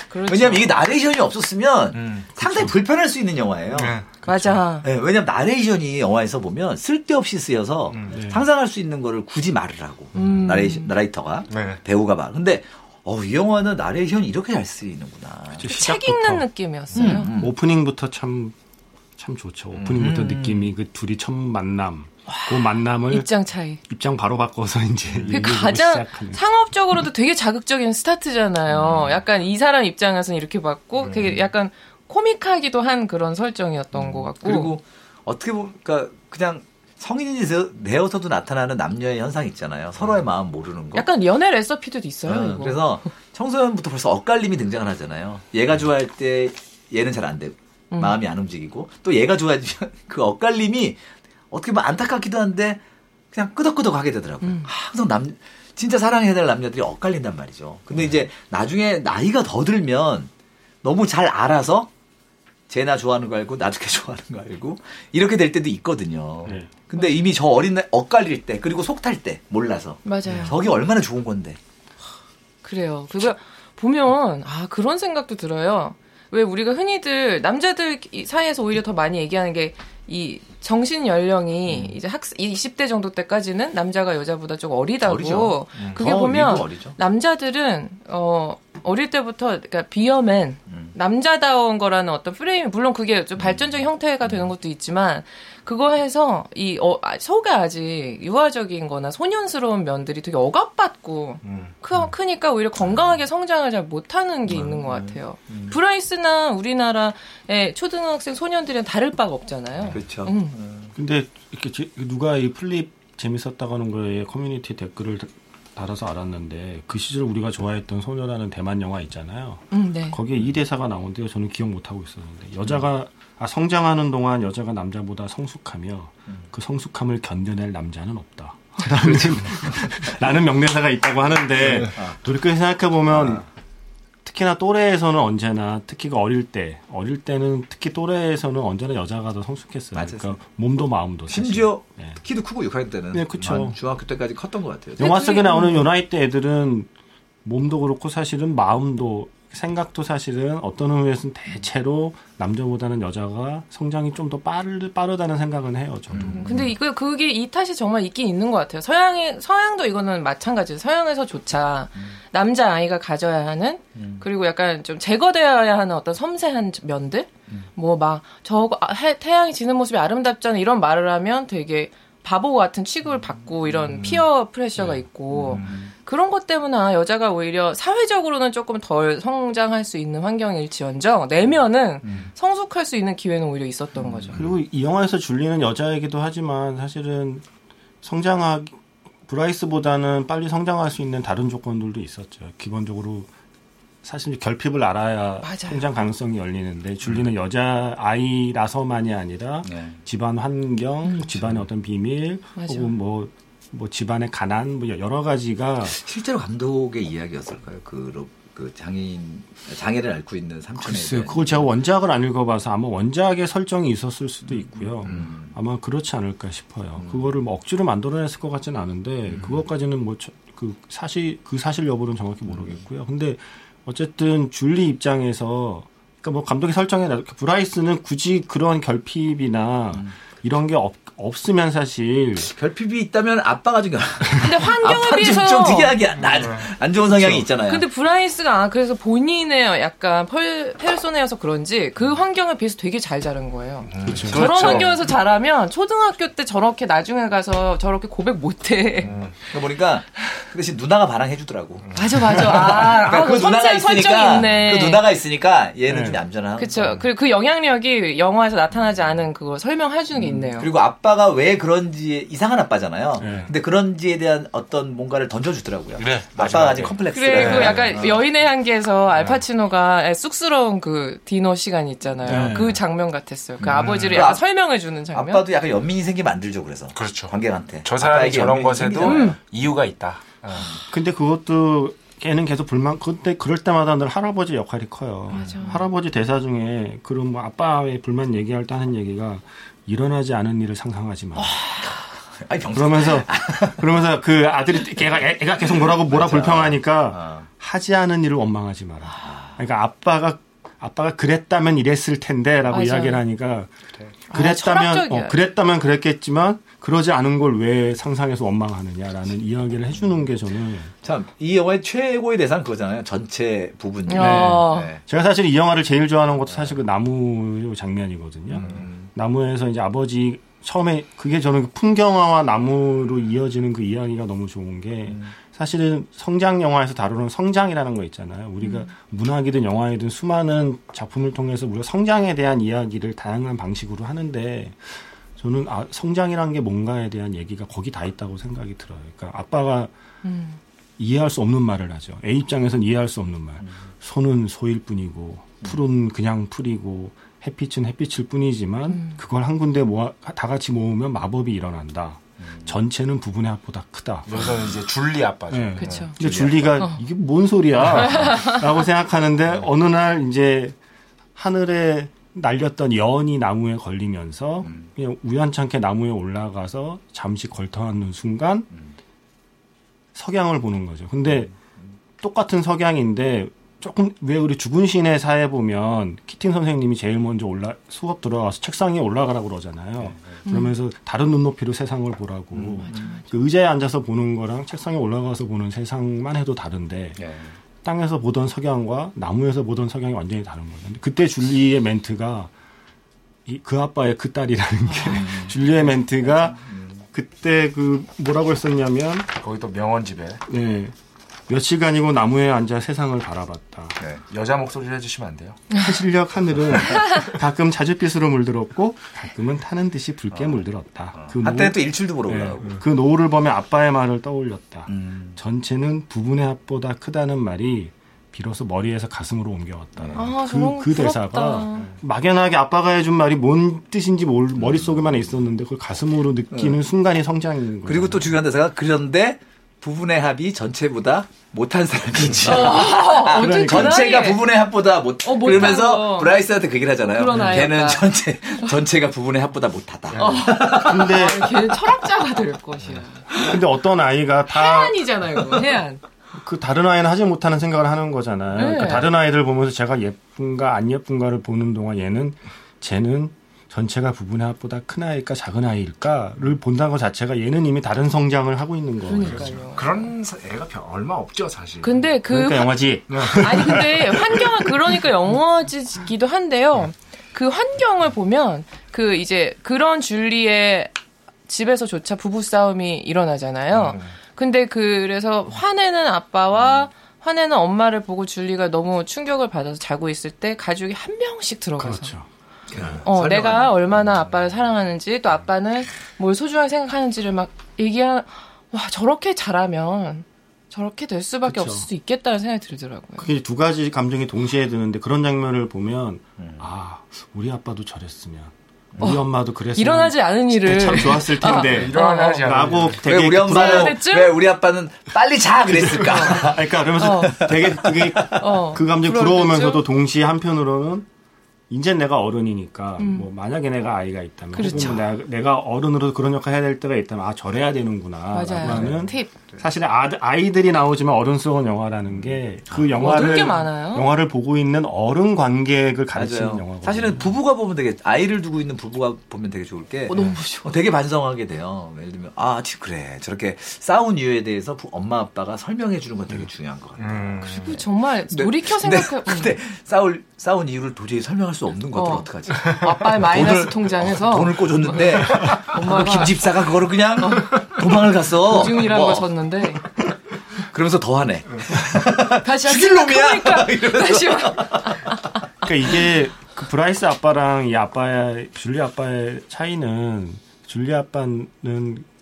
S4: 그렇죠.
S2: 왜냐면 이게 나레이션이 없었으면
S5: 음,
S2: 상당히 불편할 수 있는 영화예요.
S5: 네.
S4: 맞아.
S2: 네, 왜냐면 나레이션이 영화에서 보면 쓸데없이 쓰여서 상상할 수 있는 거를 굳이 말을 하고
S4: 음.
S2: 나레이션, 나레이터가
S5: 네.
S2: 배우가 막 근데 어, 이 영화는 나레이션이 이렇게 잘 쓰이는구나.
S4: 책 읽는 느낌이었어요.
S2: 음,
S3: 음. 오프닝부터 참, 참 좋죠. 오프닝부터 느낌이 그 둘이 첫 만남, 그
S2: 음.
S3: 만남을 입장,
S4: 입장 차이.
S3: 바로 바꿔서 네, 이제
S4: 그
S3: 얘기를
S4: 가장
S3: 시작하는. 음.
S4: 상업적으로도 되게 자극적인 스타트잖아요. 약간 이 사람 입장에서는 이렇게 봤고, 되게 약간 코믹하기도 한 그런 설정이었던
S3: 음.
S4: 것 같고.
S2: 그리고 어떻게 보면 그러니까 그냥 성인이 되- 되어서도 나타나는 남녀의 현상 있잖아요. 서로의 마음 모르는 거.
S4: 약간 연애 레시피도 있어요.
S3: 아,
S2: 어,
S4: 그러니까 이거.
S2: 그래서 청소년부터 벌써 엇갈림이 등장을 하잖아요. 얘가 좋아할 때 얘는 잘 안 되고 마음이 안 움직이고 또 얘가 좋아지면 그 엇갈림이 어떻게 보면 안타깝기도 한데 그냥 끄덕끄덕 하게 되더라고요.
S4: 음.
S2: 항상 남 진짜 사랑해야 될 남녀들이 엇갈린단 말이죠. 근데
S4: 네.
S2: 이제 나중에 나이가 더 들면 너무 잘 알아서 쟤나 좋아하는 거 알고 나도 걔 좋아하는 거 알고 이렇게 될 때도 있거든요.
S3: 네.
S2: 근데 이미 저 어린 날 엇갈릴 때 그리고 속 탈 때 몰라서
S4: 맞아요.
S2: 저게 얼마나 좋은 건데
S4: 그래요. 그거 보면 아 그런 생각도 들어요. 왜 우리가 흔히들 남자들 사이에서 오히려 더 많이 얘기하는 게 이 정신
S2: 음.
S4: 연령이 이제 학 20대 정도 때까지는 남자가 여자보다 좀 어리다고.
S2: 어리죠.
S4: 그게
S2: 더
S4: 보면
S2: 미국 어리죠.
S4: 남자들은 어 어릴 때부터 그러니까 비어맨 남자다운 거라는 어떤 프레임 물론 그게 좀 발전적인 형태가 되는 것도 있지만 그거 해서 이 어, 아, 속에 아직 유아적인거나 소년스러운 면들이 되게 억압받고
S2: 음.
S4: 크, 크니까 오히려 건강하게 성장을 잘 못하는 게 있는
S2: 음.
S4: 것 같아요. 브라이스나 우리나라의 초등학생 소년들이랑 다를 바가 없잖아요.
S2: 그렇죠.
S4: 음.
S3: 근데 이렇게 지- 누가 이 플립 재밌었다고 하는 거에 커뮤니티 댓글을 다- 달아서 알았는데 그 시절 우리가 좋아했던 소녀라는 대만 영화 있잖아요.
S4: 음, 네.
S3: 거기에 이 대사가 나온대요. 저는 기억 못 하고 있었는데 여자가 아, 성장하는 동안 여자가 남자보다 성숙하며
S2: 음.
S3: 그 성숙함을 견뎌낼 남자는 없다. 라는,
S2: 네. 아.
S3: 나는 명대사가 있다고 하는데 돌이켜 생각해 보면 특히나 또래에서는 언제나 특히가 그 어릴 때 어릴 때는 특히 또래에서는 언제나 여자가 더 성숙했어요.
S2: 맞아요.
S3: 그러니까 몸도 마음도 사실.
S2: 심지어
S3: 네.
S2: 키도 크고 6학년 때는
S3: 네, 그쵸.
S2: 한 중학교 때까지 컸던 것 같아요.
S3: 영화 속에
S4: 그게- 음.
S3: 나오는 요나이 때 애들은 몸도 그렇고 사실은 마음도 생각도 사실은 어떤 의미에서는 대체로 남자보다는 여자가 성장이 좀 더 빠르, 빠르다는 생각은 해요. 저도.
S2: 음.
S4: 근데 이거 그게 이 탓이 정말 있긴 있는 것 같아요. 서양이 서양도 이거는 마찬가지예요. 서양에서조차
S2: 음.
S4: 남자 아이가 가져야 하는 그리고 약간 좀 제거되어야 하는 어떤 섬세한 면들
S2: 음.
S4: 뭐 막 저거 아, 해- 태양이 지는 모습이 아름답잖아 이런 말을 하면 되게 바보 같은
S2: 음.
S4: 취급을 받고 이런 피어 프레셔가
S2: 네.
S4: 있고 그런 것 때문에 아, 여자가 오히려 사회적으로는 조금 덜 성장할 수 있는 환경일지언정
S2: 음.
S4: 내면은 성숙할 수 있는 기회는 오히려 있었던 거죠.
S3: 그리고 이 영화에서 줄리는 여자이기도 하지만 사실은 성장하기 브라이스보다는 빨리 성장할 수 있는 다른 조건들도 있었죠. 기본적으로 사실 결핍을 알아야
S4: 맞아요. 음.
S3: 성장 가능성이 열리는데 줄리는 여자 아이라서만이 아니라
S2: 네.
S3: 집안 환경, 집안의 어떤 비밀,
S4: 음, 그렇죠. 맞아.
S3: 혹은 뭐, 뭐 집안의 가난, 뭐 여러 가지가
S2: 실제로 감독의 이야기였을까요? 그, 로- 그 장애인 장애를 앓고 있는 삼촌의
S3: 글쎄요. 그걸 제가 원작을 안 읽어봐서 아마 원작에 설정이 있었을 수도 있고요. 아마 그렇지 않을까 싶어요. 그거를 뭐 억지로 만들어냈을 것 같진 않은데 그것까지는 뭐 그 사실 그 사실 여부는 정확히 모르겠고요. 근데 어쨌든 줄리 입장에서 그러니까 뭐 감독이 설정해 놔 브라이스는 굳이 그런 결핍이나 이런 게 없, 없으면 사실
S2: 결핍이 있다면 아빠가 좀
S4: 근데 환경에
S2: 아빠는
S4: 비해서 네.
S2: 좀, 좀 특이하게 안, 안- 안 좋은 성향이 있잖아요.
S4: 근데 브라이스가 아, 그래서 본인의 약간 펄, 페르소나여서 그런지
S2: 음.
S4: 그 환경에 비해서 되게 잘 자란 거예요. 그렇죠. 저런
S2: 그렇죠.
S4: 환경에서 자라면 초등학교 때 저렇게 나중에 가서 저렇게 고백 못해.
S2: 그러니까 보니까 그 대신 누나가 반항해 주더라고. 그러니까
S4: 맞아 맞아. 음. 아, 아, 그 선생 설정 있네.
S2: 그 누나가 있으니까 얘는
S3: 네.
S2: 좀 얌전한.
S4: 그쵸. 그리고 그 영향력이 영화에서 나타나지 않은 그거 설명해주는 게 있네요.
S2: 음, 그리고 아빠가 왜 그런지 이상한 아빠잖아요.
S3: 네.
S2: 근데 그런지에 대한 어떤 뭔가를 던져주더라고요.
S5: 그래,
S2: 아빠가
S5: 마지막에.
S2: 아직 컴플렉스가.
S4: 그리고
S2: 네. 있어요. 네.
S4: 약간 여인의 향기에서 알파치노가 쑥스러운 그 디너 시간 있잖아요.
S3: 네.
S4: 그 장면 같았어요. 그 아버지를 약간
S2: 아,
S4: 설명해주는 장면.
S2: 아빠도 약간 연민이 생기면 안 들죠. 그래서
S5: 그렇죠.
S2: 관객한테.
S5: 저 사람이
S2: 아빠에게
S5: 저런
S2: 연민이
S5: 것에도
S2: 생기잖아요.
S4: 음.
S5: 이유가 있다. 어.
S3: 근데 그것도 걔는 계속 불만 그때 그럴 때마다 늘 할아버지 역할이 커요. 할아버지 대사 중에 그런 뭐 아빠의 불만 얘기할 때 하는 얘기가 일어나지 않은 일을 상상하지
S4: 아,
S3: 마.
S2: 아니 병
S3: 그러면서 그러면서 그 아들이 걔가 애, 가 계속 뭐라고 뭐라 불평하니까
S2: 어.
S3: 하지 않은 일을 원망하지 마라.
S4: 아.
S3: 그러니까 아빠가 아빠가 그랬다면 이랬을 텐데라고
S4: 맞아요.
S3: 이야기를 하니까
S4: 아,
S3: 그랬다면
S4: 철학적이야.
S3: 어, 그랬다면 그랬겠지만 그러지 않은 걸 왜 상상해서 원망하느냐라는 이야기를 해주는 게 저는
S2: 참 이 영화의 최고의 대상 그거잖아요. 전체 부분.
S4: 어.
S2: 네.
S3: 제가 사실 이 영화를 제일 좋아하는 것도 사실 그 나무 장면이거든요. 나무에서 이제 아버지 처음에 그게 저는 풍경화와 나무로 이어지는 그 이야기가 너무 좋은 게 사실은 성장 영화에서 다루는 성장이라는 거 있잖아요. 우리가 문학이든 영화이든 수많은 작품을 통해서 우리가 성장에 대한 이야기를 다양한 방식으로 하는데 저는 아, 성장이라는 게 뭔가에 대한 얘기가 거기 다 있다고 생각이 들어요. 그러니까 아빠가 이해할 수 없는 말을 하죠. A 입장에서는 이해할 수 없는 말. 소는 소일 뿐이고 풀은 그냥 풀이고 햇빛은 햇빛일 뿐이지만
S4: 음.
S3: 그걸 한 군데 모아 다 같이 모으면 마법이 일어난다.
S4: 음.
S3: 전체는 부분의 합보다 크다.
S5: 여기서는 이제 줄리 아빠죠.
S3: 네.
S4: 그쵸. 어.
S3: 근데 줄리가 이게 뭔 소리야라고
S5: 네.
S3: 생각하는데 어느 날 이제 하늘에 날렸던 연이 나무에 걸리면서
S5: 음.
S3: 그냥 우연찮게 나무에 올라가서 잠시 걸터앉는 순간 석양을 보는 거죠. 근데 똑같은 석양인데 조금 왜 우리 죽은 신의 사에 보면 키팅 선생님이 제일 먼저 올라 수업 들어가서 책상 위에 올라가라고 그러잖아요. 그러면서 다른 눈높이로 세상을 보라고 그 의자에 앉아서 보는 거랑 책상에 올라가서 보는 세상만 해도 다른데 땅에서 보던 석양과 나무에서 보던 석양이 완전히 다른 거죠. 근데 그때 줄리의 멘트가 이, 그 아빠의 그 딸이라는 게 줄리의 멘트가 그때 그 뭐라고 했었냐면
S5: 거기 또 명언집에
S3: 네. 며칠간이고 나무에 앉아 세상을 바라봤다.
S2: 네.
S5: 여자 목소리를 해주시면 안 돼요.
S3: 해질녘 하늘은 가끔 자줏빛으로 물들었고 가끔은 타는 듯이 붉게 물들었다. 그
S2: 어. 한때는 또 일출도 보러
S3: 네,
S2: 올라가고.
S3: 그 노을을 보며 아빠의 말을 떠올렸다.
S2: 음.
S3: 전체는 부분의 합보다 크다는 말이 비로소 머리에서 가슴으로 옮겨왔다.
S2: 음.
S4: 아,
S3: 그,
S4: 저런
S3: 그
S4: 부럽다.
S3: 대사가 막연하게 아빠가 해준 말이 뭔 뜻인지 몰-
S2: 음.
S3: 머릿속에만 있었는데 그걸 가슴으로 느끼는 순간이 성장인 거예요.
S2: 그리고 또 중요한 대사가 그런데 부분의 합이 전체보다 못한 사람이지. 그러니까
S4: 어쨌든
S2: 전체가 부분의 합보다 못.
S4: 어, 못한
S2: 그러면서
S4: 거.
S2: 브라이스한테 그 얘기를 하잖아요.
S4: 그런 아이였다.
S2: 걔는 전체 전체가 부분의 합보다 못하다.
S3: 근데
S4: 걔는 철학자가 될 것이야.
S3: 근데 어떤 아이가 다 그
S4: 해안이잖아 이거 해안.
S3: 다른 아이는 하지 못하는 생각을 하는 거잖아요.
S4: 네.
S3: 그러니까 다른 아이들 보면서 제가 예쁜가 안 예쁜가를 보는 동안 얘는 쟤는 전체가 부분의 합보다 큰 아이일까 작은 아이일까를 본다는 것 자체가 얘는 이미 다른 성장을 하고 있는 거예요.
S5: 그렇죠.
S4: 그러니까요.
S5: 그런 사- 애가 별- 얼마 없죠 사실.
S4: 근데 그
S3: 그러니까 영화지.
S4: 아니 근데 환경은 그러니까 영어지기도 한데요. 그 환경을 보면 그 이제 그런 줄리의 집에서조차 부부 싸움이 일어나잖아요.
S3: 음.
S4: 근데 그래서 화내는 아빠와 화내는 엄마를 보고 줄리가 너무 충격을 받아서 자고 있을 때 가족이 한 명씩 들어가서
S3: 그렇죠.
S4: 어,
S5: 설명하는
S4: 내가 얼마나 아빠를 사랑하는지 또 아빠는 뭘 소중하게 생각하는지를 막 얘기한 와 저렇게 잘하면 저렇게 될 수밖에
S3: 그쵸.
S4: 없을 수도 있겠다는 생각이 들더라고요.
S3: 그게 이제 두 가지 감정이 동시에 드는데 그런 장면을 보면
S2: 네.
S3: 아 우리 아빠도 저랬으면 우리 엄마도 그랬으면
S4: 어, 일어나지 않은 일을 아,
S3: 참 네. 좋았을 텐데
S5: 일어나지 않는
S3: 라고 되게
S2: 왜 우리
S4: 불안해야
S2: 엄마는
S4: 됐지?
S2: 왜 우리 아빠는 빨리 자 그랬을까?
S3: 아, 그러니까 그러면서 되게 그게
S4: 어.
S3: 그 감정 이
S4: 부러울
S3: 부러우면서도
S4: 때쯤?
S3: 동시에 한편으로는 이제 내가 어른이니까 뭐 만약에 내가 아이가 있다면
S4: 음. 그렇죠.
S3: 혹은 내가, 내가 어른으로 그런 역할 해야 될 때가 있다면 아 저래야 되는구나라고
S4: 맞아요.
S3: 하는
S4: 팁.
S3: 사실 아, 아이들이 나오지만 어른스러운 영화라는 게 그
S4: 얻을
S3: 영화를
S4: 아, 게 많아요.
S3: 영화를 보고 있는 어른 관객을 가르치는
S2: 맞아요.
S3: 영화거든요.
S2: 사실은 부부가 보면 되게 아이를 두고 있는 부부가 보면 되게 좋을 게
S4: 어, 너무 좋아.
S2: 어, 되게 반성하게 돼요. 예를 들면 아 지금 그래 저렇게 싸운 이유에 대해서 부- 엄마 아빠가 설명해 주는 건 되게 중요한 것 같아요.
S5: 음.
S4: 그리고 정말
S3: 네.
S4: 돌이켜
S2: 근데-
S4: 생각해 음.
S2: 근데, 싸울 싸운 이유를 도저히 설명할 수 없는 것들
S4: 어.
S2: 어. 어떡하지?
S4: 아빠의 마이너스
S2: 돈을- 어,
S4: 통장에서
S3: 어,
S2: 돈을 꽂았는데 뭐
S4: 엄마가
S2: 김집사가 그거를 그냥 도망을 갔어.
S4: 보증이라는 걸
S2: 뭐,
S4: 줬는데
S2: 그러면서 더 하네.
S4: 다시
S2: 죽일 놈이야!
S4: 생각해보니까 다시
S3: 그러니까 이게 그 브라이스 아빠랑 이 아빠의 줄리 아빠의 차이는 줄리 아빠는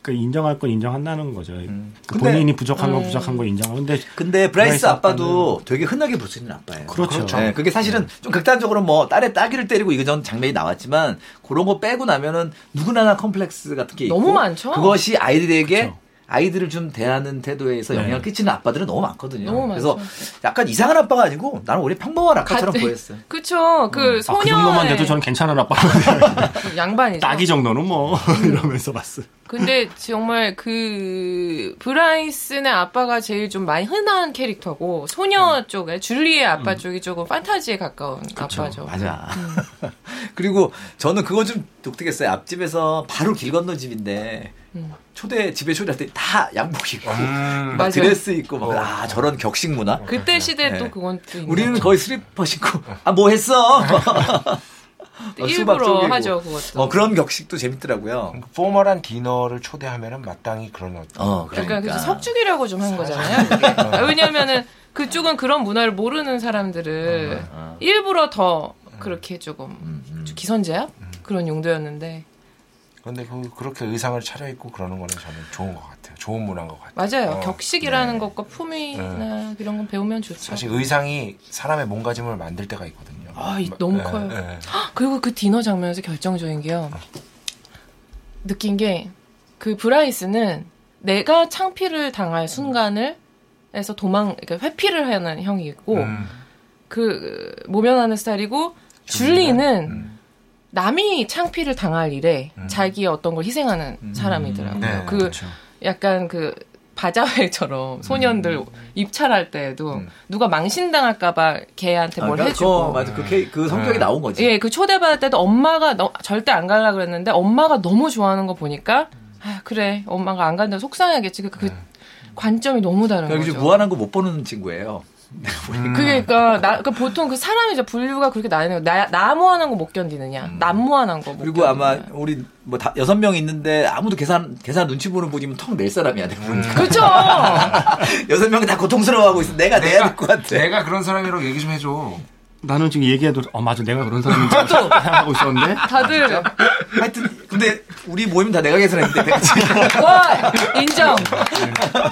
S3: 그 인정할 건 인정한다는 거죠. 그
S2: 음. 근데-
S3: 본인이 부족한
S4: 음.
S3: 거 부족한 거 인정하는데
S2: 근데 브라이스
S3: 브라이스
S2: 아빠도 되게 흔하게 볼 수 있는 아빠예요.
S3: 그렇죠.
S2: 네, 그게 사실은 좀 극단적으로 뭐 딸의 따귀를 때리고 이런 장면이 나왔지만 그런 거 빼고 나면은 누구나 컴플렉스 같은 게 있고
S4: 너무 많죠.
S2: 그것이 아이들에게
S3: 그렇죠.
S2: 아이들을 좀 대하는 태도에서 영향을 끼치는 아빠들은 너무 많거든요.
S4: 너무
S2: 그래서
S4: 많죠.
S2: 약간 이상한 아빠가 아니고 나는 원래 평범한 아빠처럼
S4: 같은-
S2: 보였어요.
S4: 그쵸. 그
S3: 아, 그
S4: 소녀의
S3: 정도만 돼도 저는 괜찮은 아빠라고
S4: 양반이죠.
S3: 딱이 정도는 뭐
S2: 음.
S3: 이러면서 봤어요.
S4: 근데 정말 그 브라이슨의 아빠가 제일 좀 많이 흔한 캐릭터고 소녀
S2: 네.
S4: 쪽에 줄리의 아빠 쪽이 조금 판타지에 가까운 아빠죠.
S2: 음. 맞아.
S4: 음.
S2: 그리고 저는 그거 좀 독특했어요. 앞집에서 바로 길 건너 집인데 초대 집에 초대할 때 다 양복 입고
S5: 음.
S2: 막
S4: 음. 맞아요.
S2: 드레스 입고 막 아 저런 격식 문화.
S4: 그때 시대에
S2: 네.
S4: 또 그건 또 있는
S2: 우리는
S4: 거죠.
S2: 거의 슬리퍼 신고 아 뭐 했어? 어, 수박
S4: 일부러
S2: 쪼개고.
S4: 하죠 그것도.
S2: 어 그런 격식도 재밌더라고요.
S5: 음. 그 포멀한 디너를 초대하면은 마땅히 그런 어떤
S2: 어
S4: 그러니까,
S2: 그러니까.
S4: 그래서 석죽이라고 좀 한 거잖아요. 그게. 왜냐면은 그쪽은 그런 문화를 모르는 사람들을
S2: 어,
S4: 일부러 더
S2: 음.
S4: 그렇게 조금 기선제압 그런 용도였는데
S5: 근데 그, 그렇게 의상을 차려입고 그러는 거는 저는 좋은 것 같아요. 좋은 문화인 것 같아요.
S4: 맞아요.
S5: 어,
S4: 격식이라는
S5: 네.
S4: 것과 품위나
S2: 네.
S4: 이런 건 배우면 좋죠.
S5: 사실 의상이 사람의 몸가짐을 만들 때가 있거든요.
S4: 아, 이- 너무
S5: 예,
S4: 커요.
S5: 예.
S4: 헉, 그리고 그 디너 장면에서 결정적인 게요. 느낀 게 그 브라이스는 내가 창피를 당할 순간을 에서 도망 그러니까 회피를 하는 형이 있고
S5: 음,
S4: 그 모면하는 스타일이고 줄리는 남이 창피를 당할 일에 자기의 어떤 걸 희생하는 사람이더라고요.
S5: 네,
S4: 그
S5: 그렇죠.
S4: 약간 그 바자회처럼 소년들 입찰할 때에도 누가 망신당할까봐 걔한테 뭘
S2: 어, 그거
S4: 해주고
S2: 맞아 그, 케이- 그 성격이 나온 거지.
S4: 예, 그 초대받을 때도 엄마가 너- 절대 안 갈라 그랬는데 엄마가 너무 좋아하는 거 보니까 아 그래 엄마가 안 간다 속상하겠지 그, 그 관점이 너무 다른
S2: 그러니까
S4: 거죠.
S2: 지금 무한한 거 못 보는 친구예요.
S4: 그게 그러니까 나- 그러니까 보통 그 사람이죠 분류가 그렇게 나뉘는 거나 나무하는 거 못 견디느냐 남무하는 거 못
S2: 그리고 아마
S4: 네.
S2: 우리 뭐 다, 여섯 명 있는데 아무도 계산 계산 눈치 보는 분이면 턱 낼 사람이야. 내가 보니까.
S4: 그렇죠
S2: 여섯 명이 다 고통스러워하고 있어. 내가 내야 될 것 같아.
S5: 내가 그런 사람이라고 얘기 좀 해줘.
S3: 나는 지금 얘기해도 어 맞아 내가 그런 사람인 줄 생각하고 있었는데
S4: 다들
S2: 하여튼 근데 우리 모임 다 내가 계산했는데 내가 지금
S4: 와 인정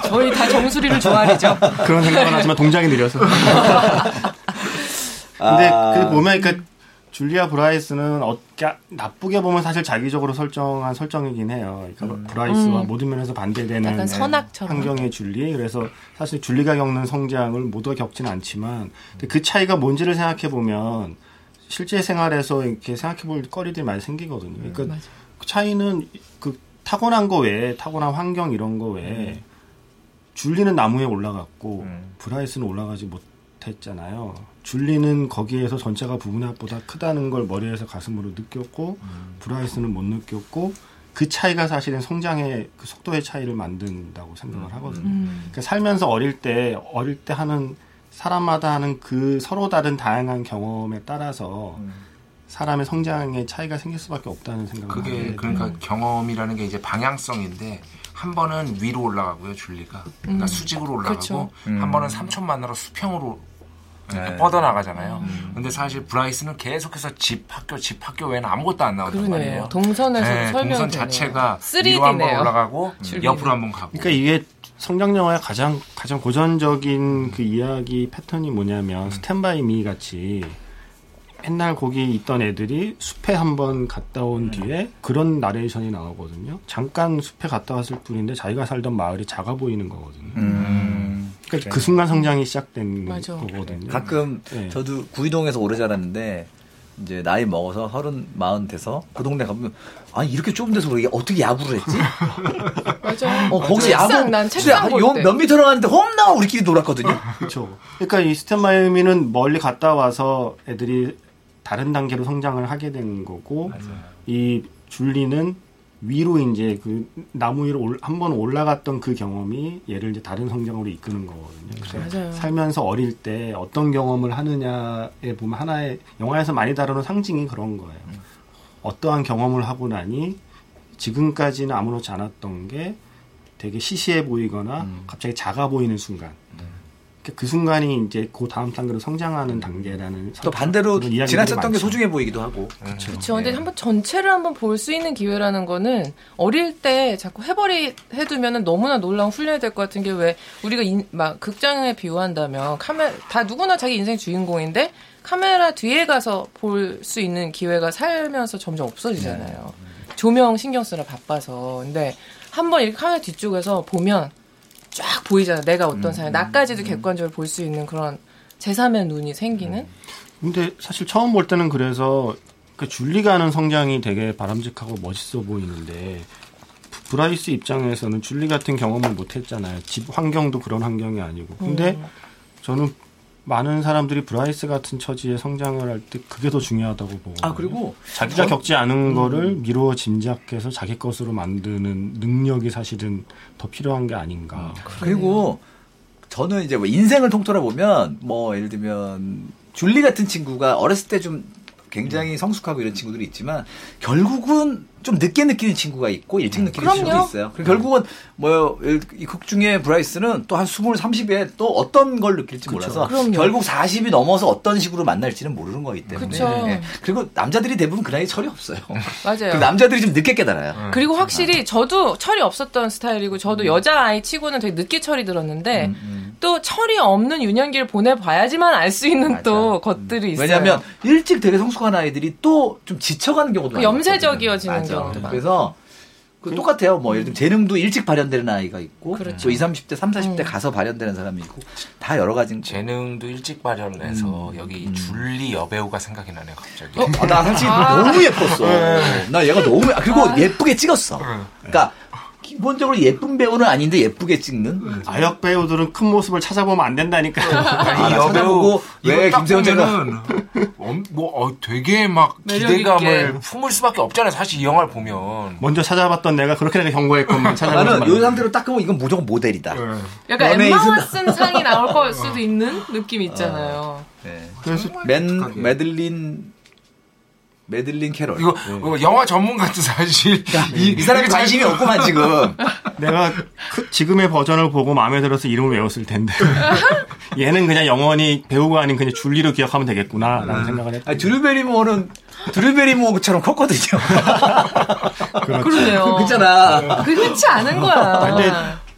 S4: 저희 다 정수리를 좋아하죠
S3: 그런
S4: 아.
S3: 생각은 하지만 동작이 느려서. 근데 그 보면 그러니까 줄리아 브라이스는 어, 그러니까 나쁘게 보면 사실 자기적으로 설정한 설정이긴 해요. 그러니까 브라이스와 모든 면에서 반대되는
S4: 음.
S3: 네,
S4: 약간 선악처럼.
S3: 환경의 줄리. 그래서 사실 줄리가 겪는 성장을 모두가 겪지는 않지만 근데 그 차이가 뭔지를 생각해 보면 실제 생활에서 이렇게 생각해 볼 거리들이 많이 생기거든요. 그러니까
S4: 음, 맞아요.
S3: 그 차이는 그 타고난 거 외에 타고난 환경 이런 거 외에
S4: 음.
S3: 줄리는 나무에 올라갔고
S5: 음.
S3: 브라이스는 올라가지 못했잖아요. 줄리는 거기에서 전체가 부분합보다 크다는 걸 머리에서 가슴으로 느꼈고 브라이스는 못 느꼈고 그 차이가 사실은 성장의 그 속도의 차이를 만든다고 생각을 하거든요.
S4: 음.
S3: 그러니까 살면서 어릴 때 어릴 때 하는 사람마다 하는 그 서로 다른 다양한 경험에 따라서 사람의 성장의 차이가 생길 수밖에 없다는
S4: 아,
S3: 생각을
S4: 네,
S3: 하게
S5: 그게
S3: 돼요.
S5: 그러니까 경험이라는 게 이제 방향성인데 한 번은 위로 올라가고요 줄리가 그러니까 수직으로 올라가고
S4: 음. 그렇죠.
S3: 음.
S5: 한 번은 삼촌 만나러 수평으로
S3: 네.
S5: 이렇게 뻗어나가잖아요.
S4: 음.
S5: 근데 사실 브라이스는 계속해서 집 학교 집 학교 외에는 아무것도 안 나온단
S4: 그러네요.
S5: 말이에요.
S4: 동선에서
S5: 네,
S4: 설명
S5: 동선 자체가 위로 한 번 올라가고
S4: 줄기는.
S5: 옆으로 한 번 가고.
S3: 그러니까 이게 성장 영화의 가장 가장 고전적인 그 이야기 패턴이 뭐냐면 스탠바이 미 같이 옛날 거기 있던 애들이 숲에 한번 갔다 온
S2: 네.
S3: 뒤에 그런 나레이션이 나오거든요. 잠깐 숲에 갔다 왔을 뿐인데 자기가 살던 마을이 작아 보이는 거거든요. 그러니까 그 순간 성장이 시작된
S4: 맞아.
S3: 거거든요.
S2: 음. 네. 가끔
S3: 네.
S2: 저도 구이동에서 오래 자랐는데 이제 나이 먹어서 서른 마흔 돼서 그 동네 가면 아니 이렇게 좁은 데서 왜 이게 어떻게 야구를 했지?
S4: 맞아.
S2: 어 거기서
S4: 책상,
S2: 야구
S4: 난
S2: 진짜
S4: 책상 볼 때.
S2: 몇 미터 나갔는데 홈나 우리끼리 놀았거든요.
S3: 그렇죠. 그러니까 이 스탠 마이애미는 멀리 갔다 와서 애들이 다른 단계로 성장을 하게 된 거고 이 줄리는 위로 이제 그 나무 위로 올- 한번 올라갔던 그 경험이 얘를 이제 다른 성장으로 이끄는 거거든요. 그래서
S4: 맞아요.
S3: 살면서 어릴 때 어떤 경험을 하느냐에 보면 하나의 영화에서 많이 다루는 상징이 그런 거예요. 어떠한 경험을 하고 나니 지금까지는 아무렇지 않았던 게 되게 시시해 보이거나
S2: 음.
S3: 갑자기 작아 보이는 순간. 그러니까 그 순간이 이제 그 다음 단계로 성장하는 단계라는
S2: 또 반대로
S3: 그런 이야기들이
S2: 지나쳤던 게 음.
S3: 많죠.
S2: 소중해 보이기도 하고. 네.
S4: 그렇죠. 근데 한번 전체를 한번 볼 수 있는 기회라는 거는 어릴 때 자꾸 해버리 해두면은 너무나 놀라운 훈련이 될 것 같은 게 왜 우리가 인- 막 극장에 비유한다면 카메 다 누구나 자기 인생 주인공인데 카메라 뒤에 가서 볼 수 있는 기회가 살면서 점점 없어지잖아요. 조명 신경 쓰느라 바빠서 근데 한번 이렇게 카메라 뒤쪽에서 보면 쫙 보이잖아. 내가 어떤 사람 나까지도 객관적으로 볼 수 있는 그런 제3의 눈이 생기는
S3: 근데 사실 처음 볼 때는 그래서 그 줄리가 하는 성장이 되게 바람직하고 멋있어 보이는데 브- 브라이스 입장에서는 줄리 같은 경험을 못 했잖아요. 집 환경도 그런 환경이 아니고. 근데 저는 많은 사람들이 브라이스 같은 처지에 성장을 할 때 그게 더 중요하다고 보거든요.
S2: 아 그리고
S3: 자기가 겪지 않은
S2: 음.
S3: 거를 미루어 짐작해서 자기 것으로 만드는 능력이 사실은 더 필요한 게 아닌가.
S2: 음. 그리고 저는 이제 뭐 인생을 통틀어 보면 뭐 예를 들면 줄리 같은 친구가 어렸을 때 좀
S4: 음.
S2: 굉장히 성숙하고 이런 친구들이 있지만 결국은 좀 늦게 느끼는 친구가 있고 일찍 느끼는
S4: 음, 그럼요.
S2: 친구도 있어요. 그리고 결국은 뭐이극 중에 브라이스는 또 한 20, 30에 또 어떤 걸 느낄지 몰라서
S4: 그럼요.
S2: 결국 40이 넘어서 어떤 식으로 만날지는 모르는 거기 때문에
S4: 그쵸.
S2: 예. 그리고 남자들이 대부분 그 나이 철이 없어요.
S4: 맞아요. 음.
S2: 그 남자들이 좀 늦게 깨달아요. 음.
S4: 그리고 확실히 저도 철이 없었던 스타일이고 저도 여자아이 치고는 되게 늦게 철이 들었는데 또 철이 없는 유년기를 보내봐야지만 알 수 있는
S2: 맞아. 음.
S4: 또 것들이 있어요.
S2: 왜냐하면 일찍 되게 성숙한 아이들이 또 좀 지쳐가는 경우도
S4: 그
S2: 많거든요.
S4: 염세적이어지는
S2: 맞아.
S4: 경우도 많아요.
S2: 그래서 그 똑같아요. 뭐 예를 들면 재능도 일찍 발현되는 아이가 있고
S4: 그렇죠. 음.
S2: 또 20, 30대, 30, 40대 가서 발현되는 사람이 있고 다 여러 가지
S5: 재능도 일찍
S4: 음,
S5: 발현해서 여기 이 줄리 여배우가 생각이 나네요 갑자기.
S4: 어?
S2: 아, 나 사실 너무 예뻤어. 나 얘가 너무 아, 그리고 예쁘게 찍었어. 그러니까 기본적으로 예쁜 배우는 아닌데 예쁘게 찍는
S3: 아역 배우들은 큰 모습을 찾아보면 안 된다니까요.
S2: 아, 나 찾아보고 왜 김세현 제가
S5: 뭐 어, 되게 막
S4: 매력
S5: 기대감을 뭐
S4: 있게.
S5: 품을 수밖에 없잖아요. 사실 이 영화를 보면
S3: 먼저 찾아봤던 내가 그렇게 내가 경고했건만 찾아보지
S2: 나는 네.
S3: 말고.
S2: 이 상태로 딱 보면 이건 무조건 모델이다.
S4: 약간
S2: 연예인
S4: 엠마
S2: 순-
S4: 왓슨 상이 나올 걸 수도 있는 느낌 있잖아요.
S2: 네.
S3: 그래서
S2: 맨 메들린 메들린 캐럴. 네.
S5: 이거 이거 영화 전문가도 사실
S2: 이, 이 사람이
S4: 네.
S2: 관심이 없구만 지금.
S3: 내가 그- 지금의 버전을 보고 마음에 들어서 이름을 외웠을 텐데 얘는 그냥 영원히 배우가 아닌 그냥 줄리로 기억하면 되겠구나라는 생각을 했.
S2: 아, 드루베리모어는 드루베리모어처럼 컸거든요.
S4: 아, 그러네요.
S2: 그렇죠. 그잖아. 아,
S4: 그게 흔치 않은 거야.
S3: 아, 근데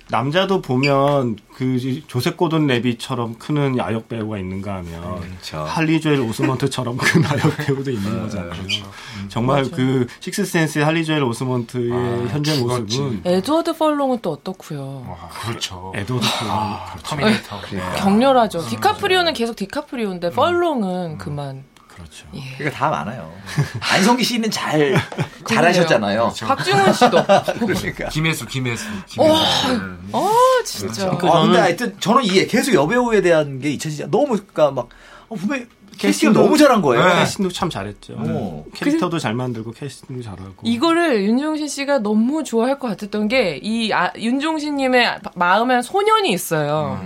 S3: 남자도 보면 그 조셉 고든 레비처럼 크는 아역 배우가 있는가 하면
S2: 그렇죠.
S3: 할리 조엘 오스먼트처럼 큰 아역
S2: 네,
S3: 배우도 있는 거잖아요.
S2: 그렇죠.
S3: 정말 그 식스센스의 할리 조엘 오스먼트의
S5: 아,
S4: 네.
S3: 현재
S5: 죽었지.
S3: 모습은
S4: 에드워드 펄롱은 또 어떻고요?
S5: 와, 그렇죠.
S4: 네.
S3: 에드워드 아,
S5: 터미네이터.
S2: 아,
S4: 격렬하죠. 디카프리오는
S2: 네.
S4: 계속 디카프리오인데 펄롱은
S2: 음.
S4: 그만.
S3: 그렇죠.
S4: 예.
S2: 그러니까 다 많아요. 안성기 씨는 잘 잘하셨잖아요.
S4: 박중훈 씨도.
S2: 그러니까.
S5: 김혜수, 김혜수. 김혜수. 음.
S4: 어 진짜.
S2: 아, 근데 하여튼 저는 이해 계속 여배우에 대한 게 잊혀지지 너무 그러니까 막 어, 분명히 캐스팅 너무 잘한 거예요.
S3: 네, 캐스팅도 참 잘했죠.
S2: 어.
S3: 캐릭터도 잘 만들고 캐스팅도 잘하고.
S4: 이거를 윤종신 씨가 너무 좋아할 것 같았던 게 이 아, 윤종신님의 마음엔 소년이 있어요.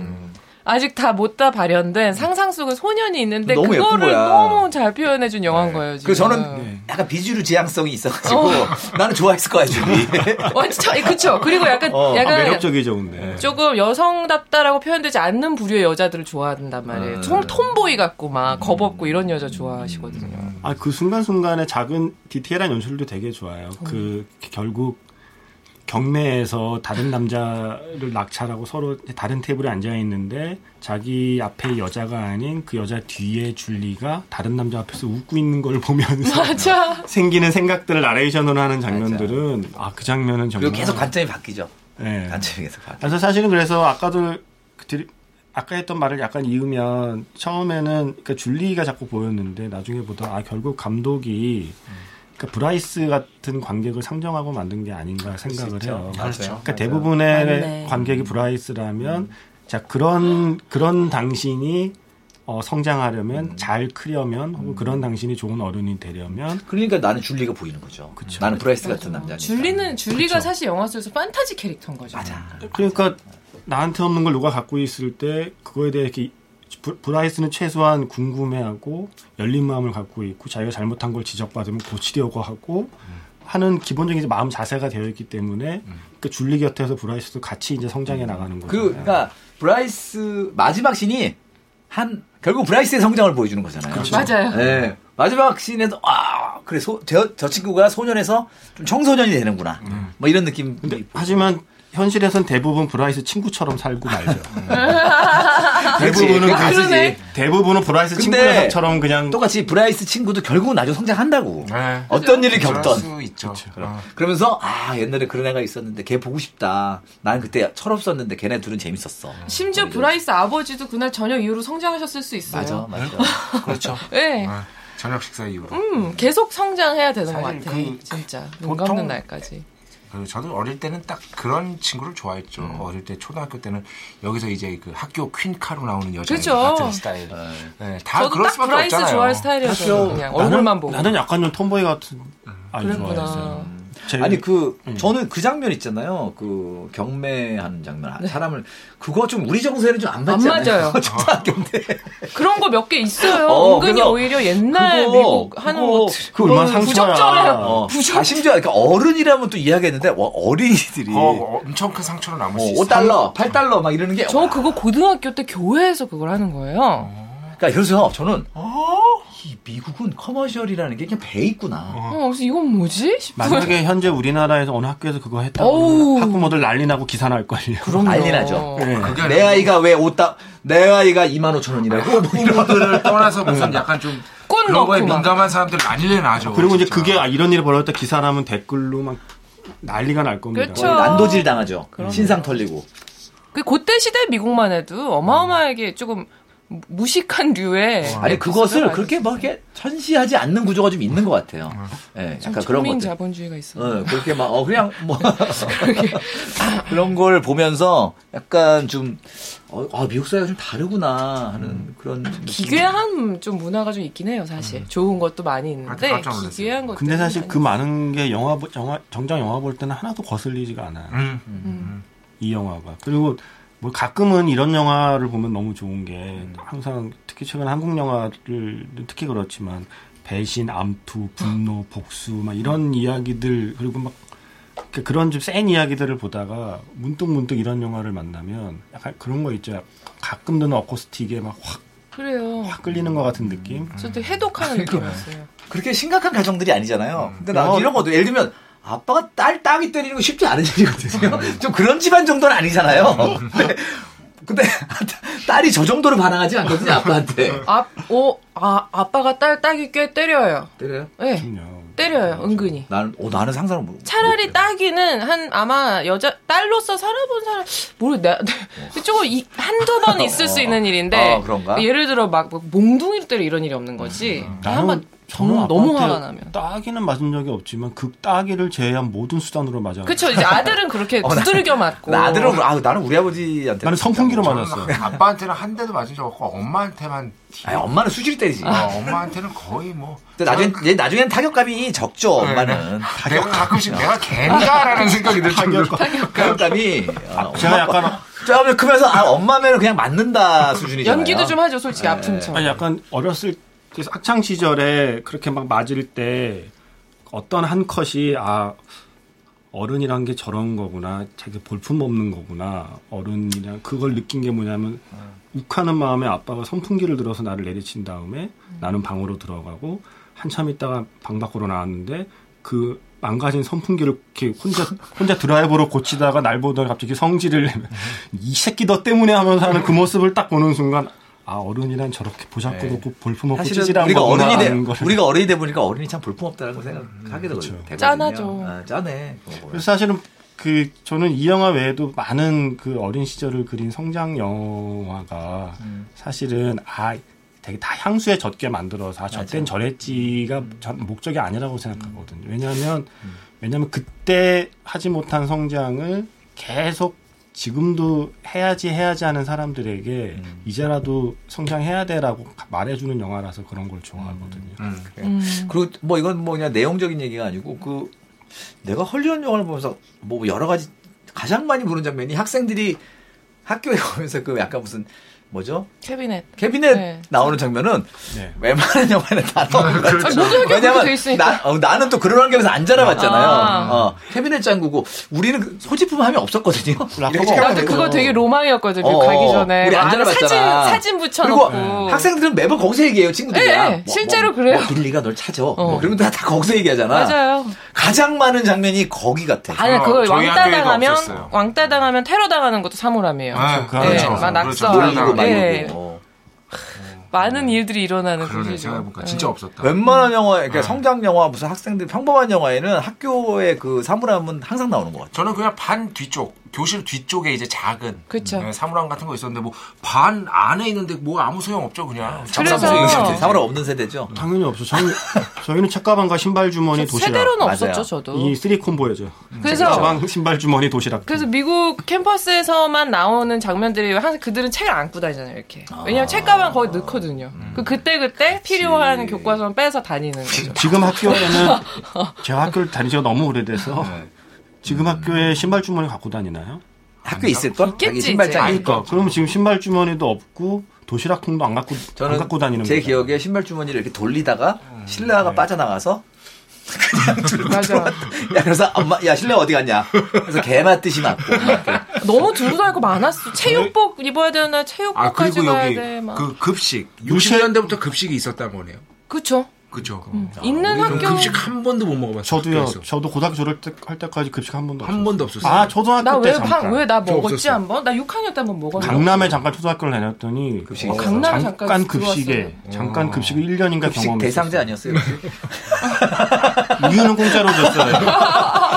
S4: 아직 다 못 다 발현된 상상 속에 소년이 있는데
S2: 너무 예쁜
S4: 그거를
S2: 거야.
S4: 너무 잘 표현해준 영화인 거예요. 지금. 네.
S2: 그 저는 약간 비주류 지향성이 있어가지고 나는 좋아했을 거야 줄이.
S4: 완전 어, 예, 그쵸. 그리고 약간
S2: 어,
S3: 아,
S4: 약간
S3: 매력적이죠, 근데.
S4: 조금 여성답다라고 표현되지 않는 부류의 여자들을 좋아한단 말이에요.
S2: 음.
S4: 좀 톰보이 같고 막 겁없고 이런 여자 좋아하시거든요.
S3: 아, 그 순간순간의 작은 디테일한 연출도 되게 좋아요. 그 결국 경매에서 다른 남자를 낙찰하고 서로 다른 테이블에 앉아 있는데 자기 앞에 여자가 아닌 그 여자 뒤에 줄리가 다른 남자 앞에서 웃고 있는 걸 보면서
S4: 맞아.
S3: 생기는 생각들을 나레이션으로 하는 장면들은 아 그 장면은
S2: 그리고
S3: 정말
S2: 계속 관점이 바뀌죠.
S3: 예.
S2: 관점이 계속 바뀌.
S3: 그래서 사실은 그래서 아까도 그 드리- 아까 했던 말을 약간 이으면 처음에는 그러니까 줄리가 자꾸 보였는데 나중에 보다 아 결국 감독이 그러니까 브라이스 같은 관객을 상정하고 만든 게 아닌가 생각을 해요. 음.
S2: 그렇죠.
S3: 그러니까 대부분의
S4: 맞네.
S3: 관객이 브라이스라면 자 그런 그런 당신이 어, 성장하려면 잘 크려면 혹은 그런 당신이 좋은 어른이 되려면
S2: 그러니까 나는 줄리가 보이는 거죠. 나는 브라이스 같은 남자니까.
S4: 줄리는 줄리가 사실 영화 속에서 판타지 캐릭터인 거죠. 맞아.
S3: 그러니까 나한테 없는 걸 누가 갖고 있을 때 그거에 대해 이렇게 브- 브라이스는 최소한 궁금해하고 열린 마음을 갖고 있고 자기가 잘못한 걸 지적받으면 고치려고 하고 하는 기본적인 이제 마음 자세가 되어 있기 때문에
S4: 음.
S3: 그 줄리 곁에서 브라이스도 같이 이제 성장해 나가는 거죠.
S2: 그, 그러니까 브라이스 마지막 씬이 한 결국 브라이스의 성장을 보여주는 거잖아요.
S4: 맞아요.
S2: 예. 마지막 씬에서 아 그래 소, 저, 저 친구가 소년에서 좀 청소년이 되는구나. 뭐 이런 느낌.
S3: 근데 하지만 현실에선 대부분 브라이스 친구처럼 살고 말죠. 대부분은
S2: 그렇지.
S4: 그러네.
S3: 대부분은 브라이스
S2: 근데
S3: 친구처럼 그냥
S2: 똑같이 브라이스 친구도 결국은 나중에 성장한다고.
S5: 네.
S2: 어떤 일을
S5: 그럴
S2: 겪던.
S5: 수 있죠. 어.
S2: 그러면서 아 옛날에 그런 애가 있었는데 걔 보고 싶다. 난 그때 철없었는데 걔네 둘은 재밌었어.
S4: 심지어 브라이스 아버지도 그날 저녁 이후로 성장하셨을 수 있어요.
S2: 음. 맞아 음. 맞아.
S5: 그렇죠.
S4: 네.
S5: 어, 저녁 식사 이후로.
S4: 음, 계속 성장해야 되는 것
S5: 사실
S4: 같아.
S5: 그-
S4: 진짜. 눈
S5: 보통-
S4: 감는 날까지.
S5: 그 저도 어릴 때는 딱 그런 친구를 좋아했죠. 어릴 때 초등학교 때는 여기서 이제 그 학교 퀸카로 나오는 여자
S4: 그쵸.
S5: 같은 스타일. 네,
S2: 아,
S5: 다
S4: 저도
S5: 그럴
S4: 딱
S5: 수밖에
S4: 브라이스
S5: 없잖아요.
S4: 좋아할 스타일이었어요. 그냥 얼굴만 보고. 음.
S3: 나는 약간 좀 톰보이 같은 아이
S2: 음.
S3: 좋아했어요.
S4: 그랬구나.
S3: 제일-
S2: 아니 그 저는 그 장면 있잖아요. 그 경매하는 장면. 아, 사람을 그거 좀 우리 정서에는 좀 안 맞지
S4: 네. 안
S2: 않아요?
S4: 맞아요.
S2: 초등학교인데.
S4: 그런 거 몇 개 있어요.
S2: 어,
S4: 은근히
S2: 그래서
S4: 오히려 옛날
S2: 그거,
S4: 미국 하는
S2: 그거
S4: 옷.
S3: 그 얼마나
S4: 그거는
S3: 상처야.
S4: 부적절해요.
S2: 어. 아 심지어 그러니까 어른이라면 또 이야기했는데 와, 어린이들이
S5: 그거 엄청 큰 상처로 남을 수
S2: 뭐
S5: 있어요.
S2: 음. 5달러, 8달러 막 이러는 게
S4: 저
S2: 와,
S4: 그거 고등학교 때 교회에서 그걸 하는 거예요.
S2: 그러니까 그래서 저는 이 미국은 커머셜이라는 게 그냥 배 있구나.
S4: 어, 그래서 이건 뭐지? 싶어요.
S3: 만약에 현재 우리나라에서 어느 학교에서 그거 했다고
S4: 어우.
S3: 하면 학부모들 난리 나고 기사 날 걸요.
S4: 그럼요. 어.
S2: 난리 나죠.
S3: 네.
S5: 그게
S2: 내 아이가 왜 5달 내 아이가 2만 5천 원이라고 뭐 이런
S5: 친구들을 떠나서 무슨 약간 좀
S4: 꼰
S5: 그런 거에
S4: 넣고 막.
S5: 민감한 사람들 많이 내놔죠.
S3: 그리고 이제
S5: 진짜.
S3: 그게 아, 이런 일이 벌어졌다 기사 나면 댓글로 막 난리가 날 겁니다.
S4: 그렇죠.
S2: 난도질 당하죠. 신상 털리고.
S4: 그 그때 시대 미국만 해도 어마어마하게 조금 무식한 류의
S2: 어. 아니 그것을
S4: 에피소드가
S2: 그렇게 막 이렇게 천시하지 않는 구조가 좀 있는 것 같아요. 예,
S4: 좀
S2: 약간 그런
S4: 국민
S2: 것들.
S4: 자본주의가 있어.
S2: 어, 그렇게 막, 어, 그냥, 뭐, 그런 걸 보면서 약간 좀, 어, 아, 미국 사회가 좀 다르구나 하는 그런. 느낌.
S4: 기괴한 좀 문화가 좀 있긴 해요,
S2: 음.
S4: 사실. 좋은 것도 많이
S5: 하여튼
S2: 아,
S4: 있는데
S2: 그
S5: 깜짝 놀랐어요.
S4: 기괴한 것도.
S3: 근데 사실 그 많은 게 영화 보- 영화- 정작 영화 볼 때는 하나도 거슬리지가 않아요.
S5: 음.
S3: 이 영화가. 그리고 뭐 가끔은 이런 영화를 보면 너무 좋은 게 항상 특히 최근 한국 영화를 특히 그렇지만 배신, 암투, 분노, 복수 막 이런 이야기들 그리고 막 그러니까 그런 좀 센 이야기들을 보다가 문득 문득 이런 영화를 만나면 약간 그런 거 있죠. 가끔 드는 어쿠스틱에 막 확 확
S4: 그래요.
S3: 끌리는 것 같은 느낌.
S4: 음.
S2: 아,
S4: 저도 해독하는 느낌이었어요.
S2: 음. 그렇게 심각한 가정들이 아니잖아요. 근데 나 이런 것도, 예를 들면, 아빠가 딸 따기 때리는 거 쉽지 않은 일이거든요. 좀 그런 집안 정도는 아니잖아요. 근데, 근데 딸이 저 정도로 반항하지 않거든요, 아빠한테.
S4: 아, 오, 아, 아빠가 딸 따기 꽤 때려요.
S2: 때려요?
S4: 예. 때려요, 은근히.
S2: 나는, 뭐, 어, 나는 상상을 못.
S4: 차라리
S2: 못-
S4: 따기는 한 아마 여자 딸로서 살아본 사람 모르겠네. 조금 이, 한두 번 있을 수 있는 일인데
S2: 어. 아, 그런가? 음.
S4: 예를 들어 막뭐 몽둥이로 때려 이런 일이 없는 거지. 한번 너무 너무 화가 나면.
S3: 따기는 맞은 적이 없지만 극 따기를 제외한 모든 수단으로 맞아.
S4: 그쵸 이제 아들은 그렇게 두들겨 맞고.
S2: 어, 나 아들은, 아, 나는 우리 아버지한테. 그렇죠.
S3: 나는 성풍기로 맞았어.
S5: 아빠한테는 한 대도 맞은 적 없고 엄마한테만 티-
S2: 아니, 엄마는 수질 때리지.
S5: 어, 엄마한테는 거의 뭐
S2: 근데 나중엔, 얘 나중엔 타격감이 적죠,
S4: 네.
S2: 엄마는.
S5: 내가 가끔씩 내가 갠가라는 생각이 들 정도로 네, 그렇죠.
S2: 타격감이. 어,
S3: 제가 약간
S2: 면 크면서, 아, 엄마면 그냥 맞는다 수준이잖아요.
S4: 연기도 좀 하죠 솔직히 아픈 척.
S3: 아니 약간 어렸을 때 학창 시절에 그렇게 막 맞을 때 어떤 한 컷이 아 어른이란 게 저런 거구나 자기 볼품 없는 거구나 어른이란 그걸 느낀 게 뭐냐면
S2: 음.
S3: 욱하는 마음에 아빠가 선풍기를 들어서 나를 내리친 다음에 나는 방으로 들어가고 한참 있다가 방 밖으로 나왔는데 그 망가진 선풍기를 이렇게 혼자 혼자 드라이버로 고치다가 날 보더니 갑자기 성질을 내면
S2: 음.
S3: 이 새끼 너 때문에 하면서 하는 그 모습을 딱 보는 순간 아 어른이란 저렇게 보잘것없고 볼품없고
S2: 네. 사실은
S3: 찌질한
S2: 우리가
S3: 거구나
S2: 어른이
S3: 하는
S2: 돼
S3: 거를.
S2: 우리가 어른이 돼 보니까 어른이 참 볼품 없다는 거 생각하게 되거든요. 되거든요.
S4: 짠하죠.
S2: 아, 짠해. 그거 보면.
S3: 그래서 사실은 그 저는 이 영화 외에도 많은 그 어린 시절을 그린 성장 영화가
S4: 음.
S3: 사실은 아 되게 다 향수에 젖게 만들어서 아, 저땐 저랬지가
S4: 음.
S3: 전 목적이 아니라고 생각하거든요. 왜냐하면 왜냐하면 그때 하지 못한 성장을 계속 지금도 해야지 해야지 하는 사람들에게
S4: 음.
S3: 이제라도 성장해야 돼라고 말해주는 영화라서 그런 걸 좋아하거든요.
S4: 음.
S2: 그리고 뭐 이건 뭐 그냥 내용적인 얘기가 아니고 그 내가 헐리우드 영화를 보면서 뭐 여러 가지 가장 많이 보는 장면이 학생들이 학교에 오면서 그 약간 무슨 뭐죠?
S4: 캐비넷.
S2: 캐비넷
S4: 네.
S2: 나오는 장면은
S3: 네.
S2: 웬만한 영화는 다 나오는 거죠.
S4: 아, 모든 학교에 그렇게 돼 있으니까.
S2: 나, 어, 나는 또 그런 환경에서 안 자라봤잖아요.
S4: 아.
S2: 어, 캐비넷 짱구고 우리는 그 소지품 함이 없었거든요. 이렇게 생각하면
S4: 나도 그거
S2: 되거든요.
S4: 되게 로망이었거든. 그
S2: 어,
S4: 가기
S2: 어.
S4: 전에
S2: 우리
S4: 막
S2: 안
S4: 사진
S2: 자라봤잖아.
S4: 사진
S2: 그리고
S4: 붙여놓고
S2: 학생들은 매번 거기서 얘기해요 친구들이랑.
S4: 예, 실제로 그래요. 어.
S2: 뭐 빌리가 널 찾아. 뭐 그러면 다, 다 거기서 얘기하잖아.
S4: 맞아요.
S2: 가장 많은 장면이 거기 같아.
S4: 아니
S5: 어,
S4: 그걸
S5: 저희
S4: 왕따
S5: 학교에도
S4: 당하면
S5: 없었어요.
S4: 왕따 당하면 테러 당하는 것도 사물함이에요.
S5: 아,
S3: 그렇죠.
S4: 네, 막 낙서.
S2: 놀리고 말리고.
S4: 예.
S2: 어.
S4: 많은 일들이 일어나는
S5: 그러네
S4: 곳이죠.
S5: 생각해보니까
S4: 예.
S5: 진짜 없었다
S2: 웬만한 영화, 그러니까
S3: 아.
S2: 성장 영화, 무슨 학생들 평범한 영화에는 학교의 그 사물함은 항상 나오는 것 같아.
S5: 저는 그냥 반 뒤쪽 교실 뒤쪽에 이제 작은
S4: 그쵸.
S5: 네, 사물함 같은 거 있었는데 뭐 반 안에 있는데 뭐 아무 소용 없죠 그냥
S4: 그래서-
S5: 잠수함 소용 없지.
S2: 사물함 없는 세대죠.
S3: 당연히 없죠. 저희, 저희는 책가방과 신발 주머니 도시락.
S4: 세대로는
S2: 맞아요.
S4: 없었죠 저도.
S3: 이 쓰리 콤보예죠.
S4: 어? 그래서
S3: 가방, 신발, 주머니, 도시락.
S4: 그래서 미국 캠퍼스에서만 나오는 장면들이 항상 그들은 책을 안고 다니잖아요 이렇게. 왜냐면 책가방 거의 넣거든요. 그 그때 그때 필요한 교과서만 빼서 다니는 거죠.
S3: 지금 학교에는 제가 학교를 다닌 지가 너무 오래돼서
S2: 네. 음.
S3: 지금 학교에 신발 주머니 갖고 다니나요?
S2: 학교 있을 걸?
S4: 있겠지,
S2: 자기 신발장
S4: 이제.
S2: 있을 걸.
S3: 그럼 지금 신발 주머니도 없고 도시락통도 안 갖고 안
S2: 저는
S3: 그 갖고 다니는 음.
S2: 제
S3: 거죠.
S2: 기억에 신발 주머니를 이렇게 돌리다가 실내화가 빠져나가서
S4: 음. 맞아.
S2: 야 그래서 엄마 야 실내 어디 갔냐? 그래서 개 맞듯이
S3: 아,
S2: 맞고
S4: 너무 들고 다닐 거 많았어. 체육복 입어야 되나 체육복
S5: 아 그리고
S4: 가져가야
S5: 여기
S4: 돼. 막.
S5: 그 급식 60년대부터 급식이 있었단 거네요 음. 아,
S4: 그쵸.
S5: 그죠
S4: 있는
S5: 우리는
S4: 학교.
S5: 급식 한 번도 못 먹어봤어요
S3: 저도요.
S5: 학교에서.
S3: 저도 고등학교 졸업 때, 할 때까지 급식 한 번도
S5: 한
S3: 없었어요.
S5: 번도 없었어요
S3: 아 초등학교
S4: 나
S3: 때
S4: 왜
S3: 잠깐.
S4: 왜 나
S5: 저
S4: 먹었지
S5: 없었어.
S4: 한 번? 나 6학년 때 한 번 먹었는데.
S3: 강남에 잠깐 초등학교를 다녔더니
S2: 급식이
S3: 어,
S2: 있었어요.
S4: 강남에
S3: 잠깐,
S4: 잠깐
S3: 급식에 잠깐 급식을 1년인가
S2: 급식
S3: 경험했어요.
S2: 대상자 아니었어요?
S3: 우유는 공짜로 줬어요.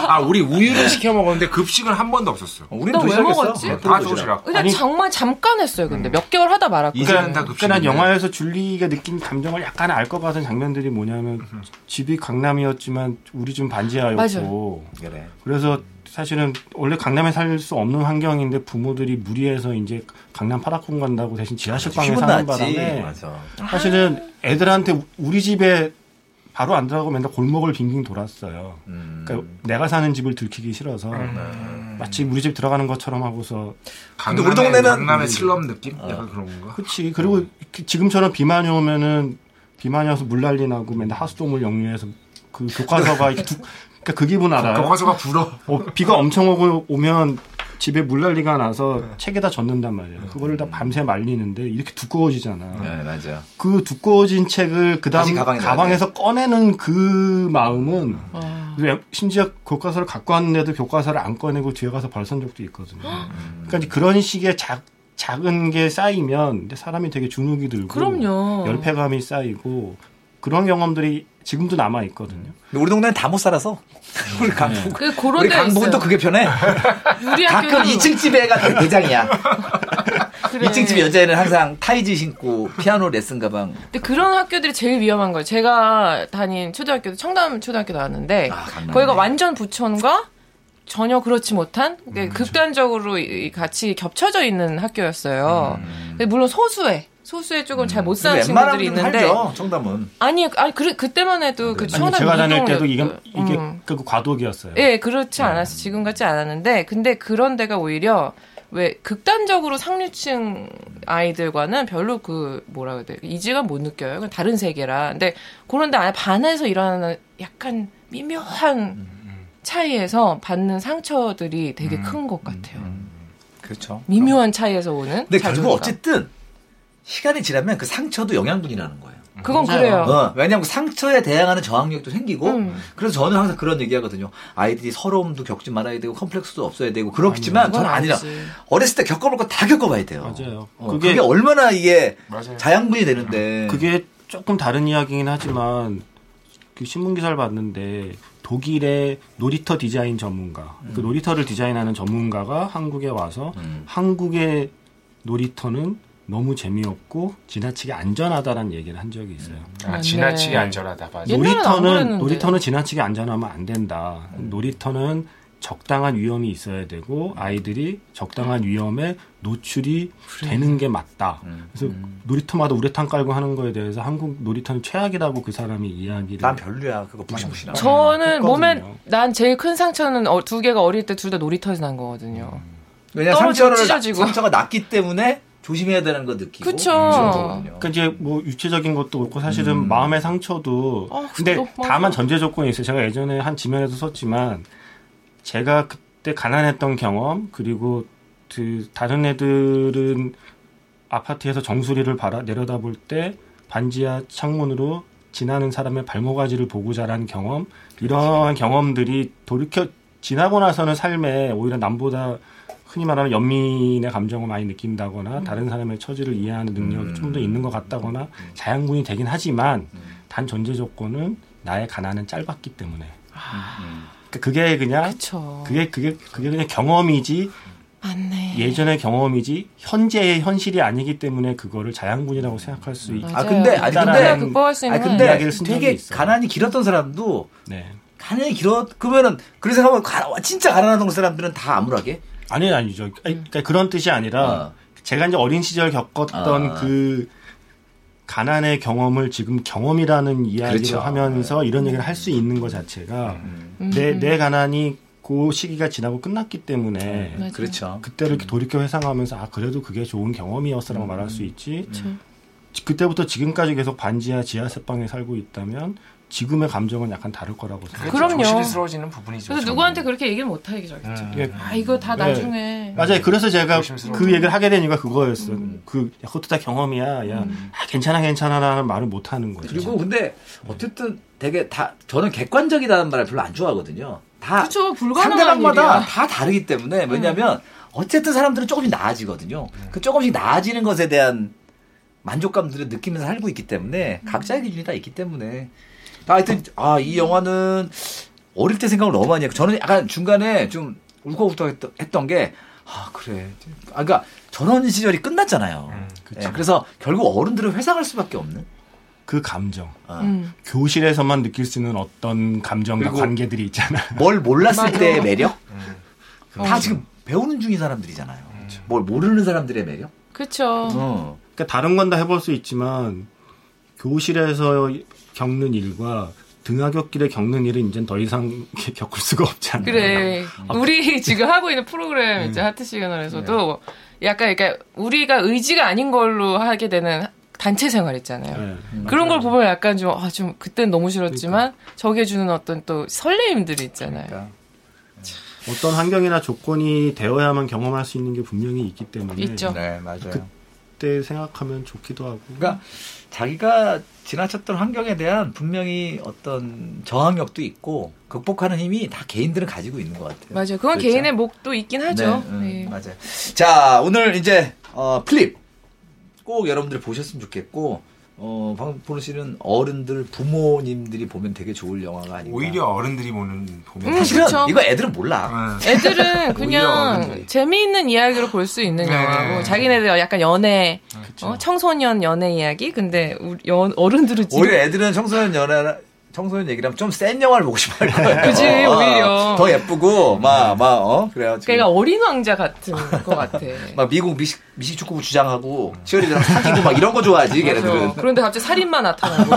S5: 아 우리 우유를 시켜 먹었는데 급식은 한 번도 없었어요 아,
S2: 우리
S4: 나왜 먹었지?
S5: 다 도시락
S4: 그냥
S3: 아니-
S4: 정말 잠깐 했어요. 근데 몇 개월 하다 말았고.
S5: 이제는 다 급식
S3: 그러니까 난 영화에서 줄리가 느낀 감정을 약간 알 것 같은 장면들이 뭐냐면 집이 강남이었지만 우리 좀 반지하였고
S2: 그래.
S3: 그래서 사실은 원래 강남에 살 수 없는 환경인데 부모들이 무리해서 이제 강남 파라콘 간다고 대신 지하실방에
S2: 기분
S3: 사는
S2: 나지.
S3: 바람에
S2: 맞아.
S3: 사실은 애들한테 우리 집에 바로 안 들어가고 맨날 골목을 빙빙 돌았어요.
S2: 음.
S3: 그러니까 내가 사는 집을 들키기 싫어서 마치 우리 집 들어가는 것처럼 하고서
S5: 근데
S2: 우리 동네는-
S5: 강남의 슬럼 느낌 약간 그런 건가
S3: 그치. 그리고 이렇게 지금처럼 비만이 오면은 비만이 와서 물난리 나고 맨날 하수도물 역류해서 그 교과서가 이렇게 두, 그러니까 그 기분 알아요.
S5: 교과서가 불어
S3: 어, 비가 엄청 오고 오면 집에 물난리가 나서 책에다 젖는단 말이야. 그거를 다 밤새 말리는데 이렇게 두꺼워지잖아.
S2: 네, 맞아요.
S3: 그 두꺼워진 책을
S2: 다시
S3: 그다음
S2: 가방에 넣어야
S3: 가방에서 꺼내는 그 마음은
S4: 와.
S3: 그래서 심지어 교과서를 갖고 왔는데도 교과서를 안 꺼내고 뒤에 가서 벌선 적도 있거든요. 그러니까 이제 그런 식의 작, 작은 게 쌓이면 근데 사람이 되게 주눅이 들고
S4: 그럼요.
S3: 열패감이 쌓이고 그런 경험들이 지금도 남아 있거든요.
S2: 근데 우리 동네는 다 못 살아서 우리 강북
S3: 네.
S4: 그 그런
S2: 우리
S4: 데가
S2: 강북은 또
S4: 있어요.
S2: 그게 편해.
S4: 유리
S2: 가끔
S4: 학교는
S2: 2층 집애가 대- 대장이야.
S4: 그래.
S2: 2층 집 여자애는 항상 타이즈 신고 피아노 레슨 가방.
S4: 근데 그런 학교들이 제일 위험한 거예요. 제가 다닌 초등학교도 청담 초등학교 나왔는데
S2: 아, 강남이네.
S4: 거기가 완전 부촌과 전혀 그렇지 못한 그러니까 극단적으로 이- 이 같이 겹쳐져 있는 학교였어요. 근데 물론 소수의 소수의 조금 잘 못 사는
S2: 웬만하면
S4: 친구들이
S2: 좀
S4: 있는데
S2: 살죠, 청담은.
S4: 아니 아니 그 그때만 해도 그
S3: 아니,
S4: 청담
S3: 제가 다닐 때도 이게,
S4: 이동역-
S3: 이게
S4: 음.
S3: 그 과도기였어요.
S2: 네.
S4: 예, 그렇지 않았어. 지금 같지 않았는데. 근데 그런 데가 오히려 왜 극단적으로 상류층 아이들과는 별로 그 뭐라 그래야 돼. 이질감 못 느껴요. 그건 다른 세계라. 근데 그런 데 안에 반에서 일어나는 약간
S2: 음,
S4: 미묘한 차이에서 받는 상처들이 되게 큰 것 같아요.
S2: 음, 그렇죠.
S4: 미묘한 차이에서 오는.
S2: 근데 결국
S4: 자존감.
S2: 어쨌든 시간이 지나면 그 상처도 영양분이라는 거예요.
S4: 그건
S3: 맞아요.
S4: 그래요.
S2: 어, 왜냐하면 그 상처에 대항하는 저항력도 생기고
S4: 음.
S2: 그래서 저는 항상 그런 얘기하거든요. 아이들이 서러움도 겪지 말아야 되고 컴플렉스도 없어야 되고 그렇지만 저는
S4: 음, 그건
S2: 아니라
S4: 아니지.
S2: 어렸을 때 겪어볼 거 다 겪어봐야 돼요.
S3: 맞아요.
S2: 어, 그게,
S3: 그게-
S2: 얼마나 이게
S5: 맞아요.
S2: 자양분이 되는데
S3: 그게 조금 다른 이야기긴 하지만 그 신문 기사를 봤는데 독일의 놀이터 디자인 전문가 그 놀이터를 디자인하는 전문가가 한국에 와서 한국의 놀이터는 너무 재미없고 지나치게 안전하다라는 얘기를 한 적이 있어요.
S5: 아,
S4: 맞네.
S5: 지나치게 안전하다. 맞아.
S4: 예. 옛날엔 안 그랬는데.
S3: 놀이터는 놀이터는 지나치게 안전하면 안 된다. 놀이터는 적당한 위험이 있어야 되고 아이들이 적당한 위험에 노출이 되는 게 맞다. 그래서 놀이터마다 우레탄 깔고 하는 거에 대해서 한국 놀이터는 최악이라고 그 사람이 이야기를
S2: 난 별로야. 그거 부시부시나. 음,
S4: 저는 몸에
S3: 했거든요.
S4: 난 제일 큰 상처는 어, 두 개가 어릴 때 둘 다 놀이터에서 난 거거든요.
S2: 음. 왜냐
S4: 떨어지고
S2: 상처를
S4: 찢어지고.
S2: 상처가 났기 때문에 조심해야 되는 거 느끼고 음,
S4: 그쵸.
S2: 그런 거거든요.
S3: 그러니까 이제 뭐 육체적인 것도 그렇고 사실은 마음의 상처도
S4: 어,
S3: 근데
S4: 그것도 맞아.
S3: 다만 전제 조건이 있어요. 제가 예전에 한 지면에서 썼지만 제가 그때 가난했던 경험 그리고 그 다른 애들은 아파트에서 정수리를 바라 내려다볼 때 반지하 창문으로 지나는 사람의 발모가지를 보고 자란 경험 이러한 경험들이 돌이켜 지나고 나서는 삶에 오히려 남보다 흔히 말하는 연민의 감정을 많이 느낀다거나 다른 사람의 처지를 이해하는 능력이 좀 더 있는 것 같다거나 자양분이 되긴 하지만 단 전제 조건은 나의 가난은 짧았기 때문에 그러니까 그게 그냥
S4: 그쵸.
S3: 그게 그게 그게 그냥 경험이지
S4: 맞네.
S3: 예전의 경험이지 현재의 현실이 아니기 때문에 그거를 자양분이라고 생각할 수 있.
S4: 맞아요. 그러니까
S2: 아 근데 아니
S4: 내가
S3: 일단은-
S2: 근데
S4: 극복할 수 있는
S2: 아니 근데
S3: 이야기를 쓴 적이
S2: 되게
S3: 있어요.
S2: 가난이 길었던 사람도
S3: 네.
S2: 가난이 길어 그러면은 그런 생각하면 가난- 진짜 가난한 사람들은 다 암울하게
S3: 아니 아니죠. 아니,
S4: 음.
S3: 그러니까 그런 뜻이 아니라
S2: 어.
S3: 제가 이제 어린 시절 겪었던
S2: 아.
S3: 그 가난의 경험을 지금 경험이라는 이야기를
S2: 그렇죠. 음.
S3: 하면서 이런 얘기를 할 수 있는 것 자체가 내 내
S4: 음.
S3: 가난이 그 시기가 지나고 끝났기 때문에
S4: 맞아요.
S2: 그렇죠.
S3: 그때를 이렇게 돌이켜 회상하면서 아 그래도 그게 좋은 경험이었어라고 말할 수 있지. 지- 그때부터 지금까지 계속 반지하 지하 세방에 살고 있다면 지금의 감정은 약간 다를 거라고 생각해요.
S4: 그럼요.
S5: 조심스러워지는 부분이죠.
S4: 그래서 누구한테 그렇게 얘기를 못 하기 전이죠.
S3: 이게
S4: 아 이거 다
S3: 네.
S4: 나중에
S3: 맞아요. 그래서 제가
S5: 조심스러워.
S3: 그 얘기를 하게 된 이유가 그거였어. 그 야, 그것도 다 경험이야. 야, 아, 괜찮아 괜찮아라는 말을 못 하는 거죠.
S2: 그리고 근데 어쨌든 되게 다 저는 객관적이라는 말을 별로 안 좋아하거든요. 다
S4: 그쵸, 그렇죠. 불가능한
S2: 상대방마다
S4: 일이야. 네.
S2: 다 다르기 때문에 왜냐하면 어쨌든 사람들은 조금씩 나아지거든요. 그 조금씩 나아지는 것에 대한 만족감들을 느끼면서 살고 있기 때문에
S4: 음.
S2: 각자의 기준이 다 있기 때문에 하여튼 아 이 영화는 어릴 때 생각을 너무 많이 했고 저는 약간 중간에 좀 울컥울컥했던 했던 게 아, 그래. 아, 그니까, 전원 시절이 끝났잖아요.
S4: 음,
S2: 예, 그래서 결국 어른들은 회상할 수밖에 없는.
S3: 그 감정.
S2: 아.
S4: 음.
S3: 교실에서만 느낄 수 있는 어떤 감정과
S2: 그리고-
S3: 관계들이 있잖아.
S2: 뭘 몰랐을
S4: 맞아.
S2: 때의 매력?
S4: 음. 어.
S2: 다 지금 배우는 중인 사람들이잖아요. 뭘 모르는 사람들의 매력?
S4: 그쵸.
S2: 어.
S3: 그러니까 다른 건 다 해볼 수 있지만 교실에서 겪는 일과 등하굣길에 겪는 일은 이제 더 이상 겪을 수가 없잖아요.
S4: 그래 우리 지금 하고 있는 프로그램 이제 하트 시그널에서도 약간 그러니까 우리가 의지가 아닌 걸로 하게 되는 단체 생활 있잖아요.
S3: 네.
S4: 그런 걸 보면 약간 좀, 아,
S2: 그러니까.
S4: 좀, 그땐 너무 싫었지만, 저게 주는 어떤 또 설레임들이 있잖아요.
S3: 어떤 환경이나 조건이 되어야만 경험할 수 있는 게 분명히 있기 때문에
S4: 있죠.
S2: 네, 맞아요.
S3: 그때 생각하면 좋기도 하고
S2: 그러니까 자기가 지나쳤던 환경에 대한 분명히 어떤 저항력도 있고 극복하는 힘이 다 개인들은 가지고 있는 것 같아요.
S4: 맞아요. 그건
S2: 그렇죠?
S4: 개인의 목도 있긴 하죠.
S2: 네, 음,
S4: 네.
S2: 맞아요. 자, 오늘 이제 어, 플립 꼭 여러분들이 보셨으면 좋겠고 어, 방금 보는 씨는 어른들 부모님들이 보면 되게 좋을 영화가 아닌가.
S5: 오히려 어른들이 보는 보면
S4: 음,
S5: 사실-
S2: 실은
S4: 그쵸.
S2: 이거 애들은 몰라.
S5: 음.
S4: 애들은
S5: 어른들이.
S4: 그냥 재미있는 이야기로 볼 수 있는
S5: 네.
S4: 영화고 자기네들 약간 연애
S2: 네.
S4: 어, 청소년 연애 이야기 근데 우리 연, 어른들은 지금
S2: 오히려 애들은 청소년 연애 청소년 얘기라면 좀 센 영화를 보고 싶어 할 거예요.
S4: 그치,
S2: 어,
S4: 오히려. 음. 그러니까
S2: 더 예쁘고 막막 어? 그래요. 지금.
S4: 걔가 어린 왕자 같은 것 같아.
S2: 막 미국 미식, 미식축구부 주장하고 치어리더랑 사귀고 막 이런 거 좋아하지 걔네들은.
S4: 맞아. 그런데 갑자기 살인만 나타나고.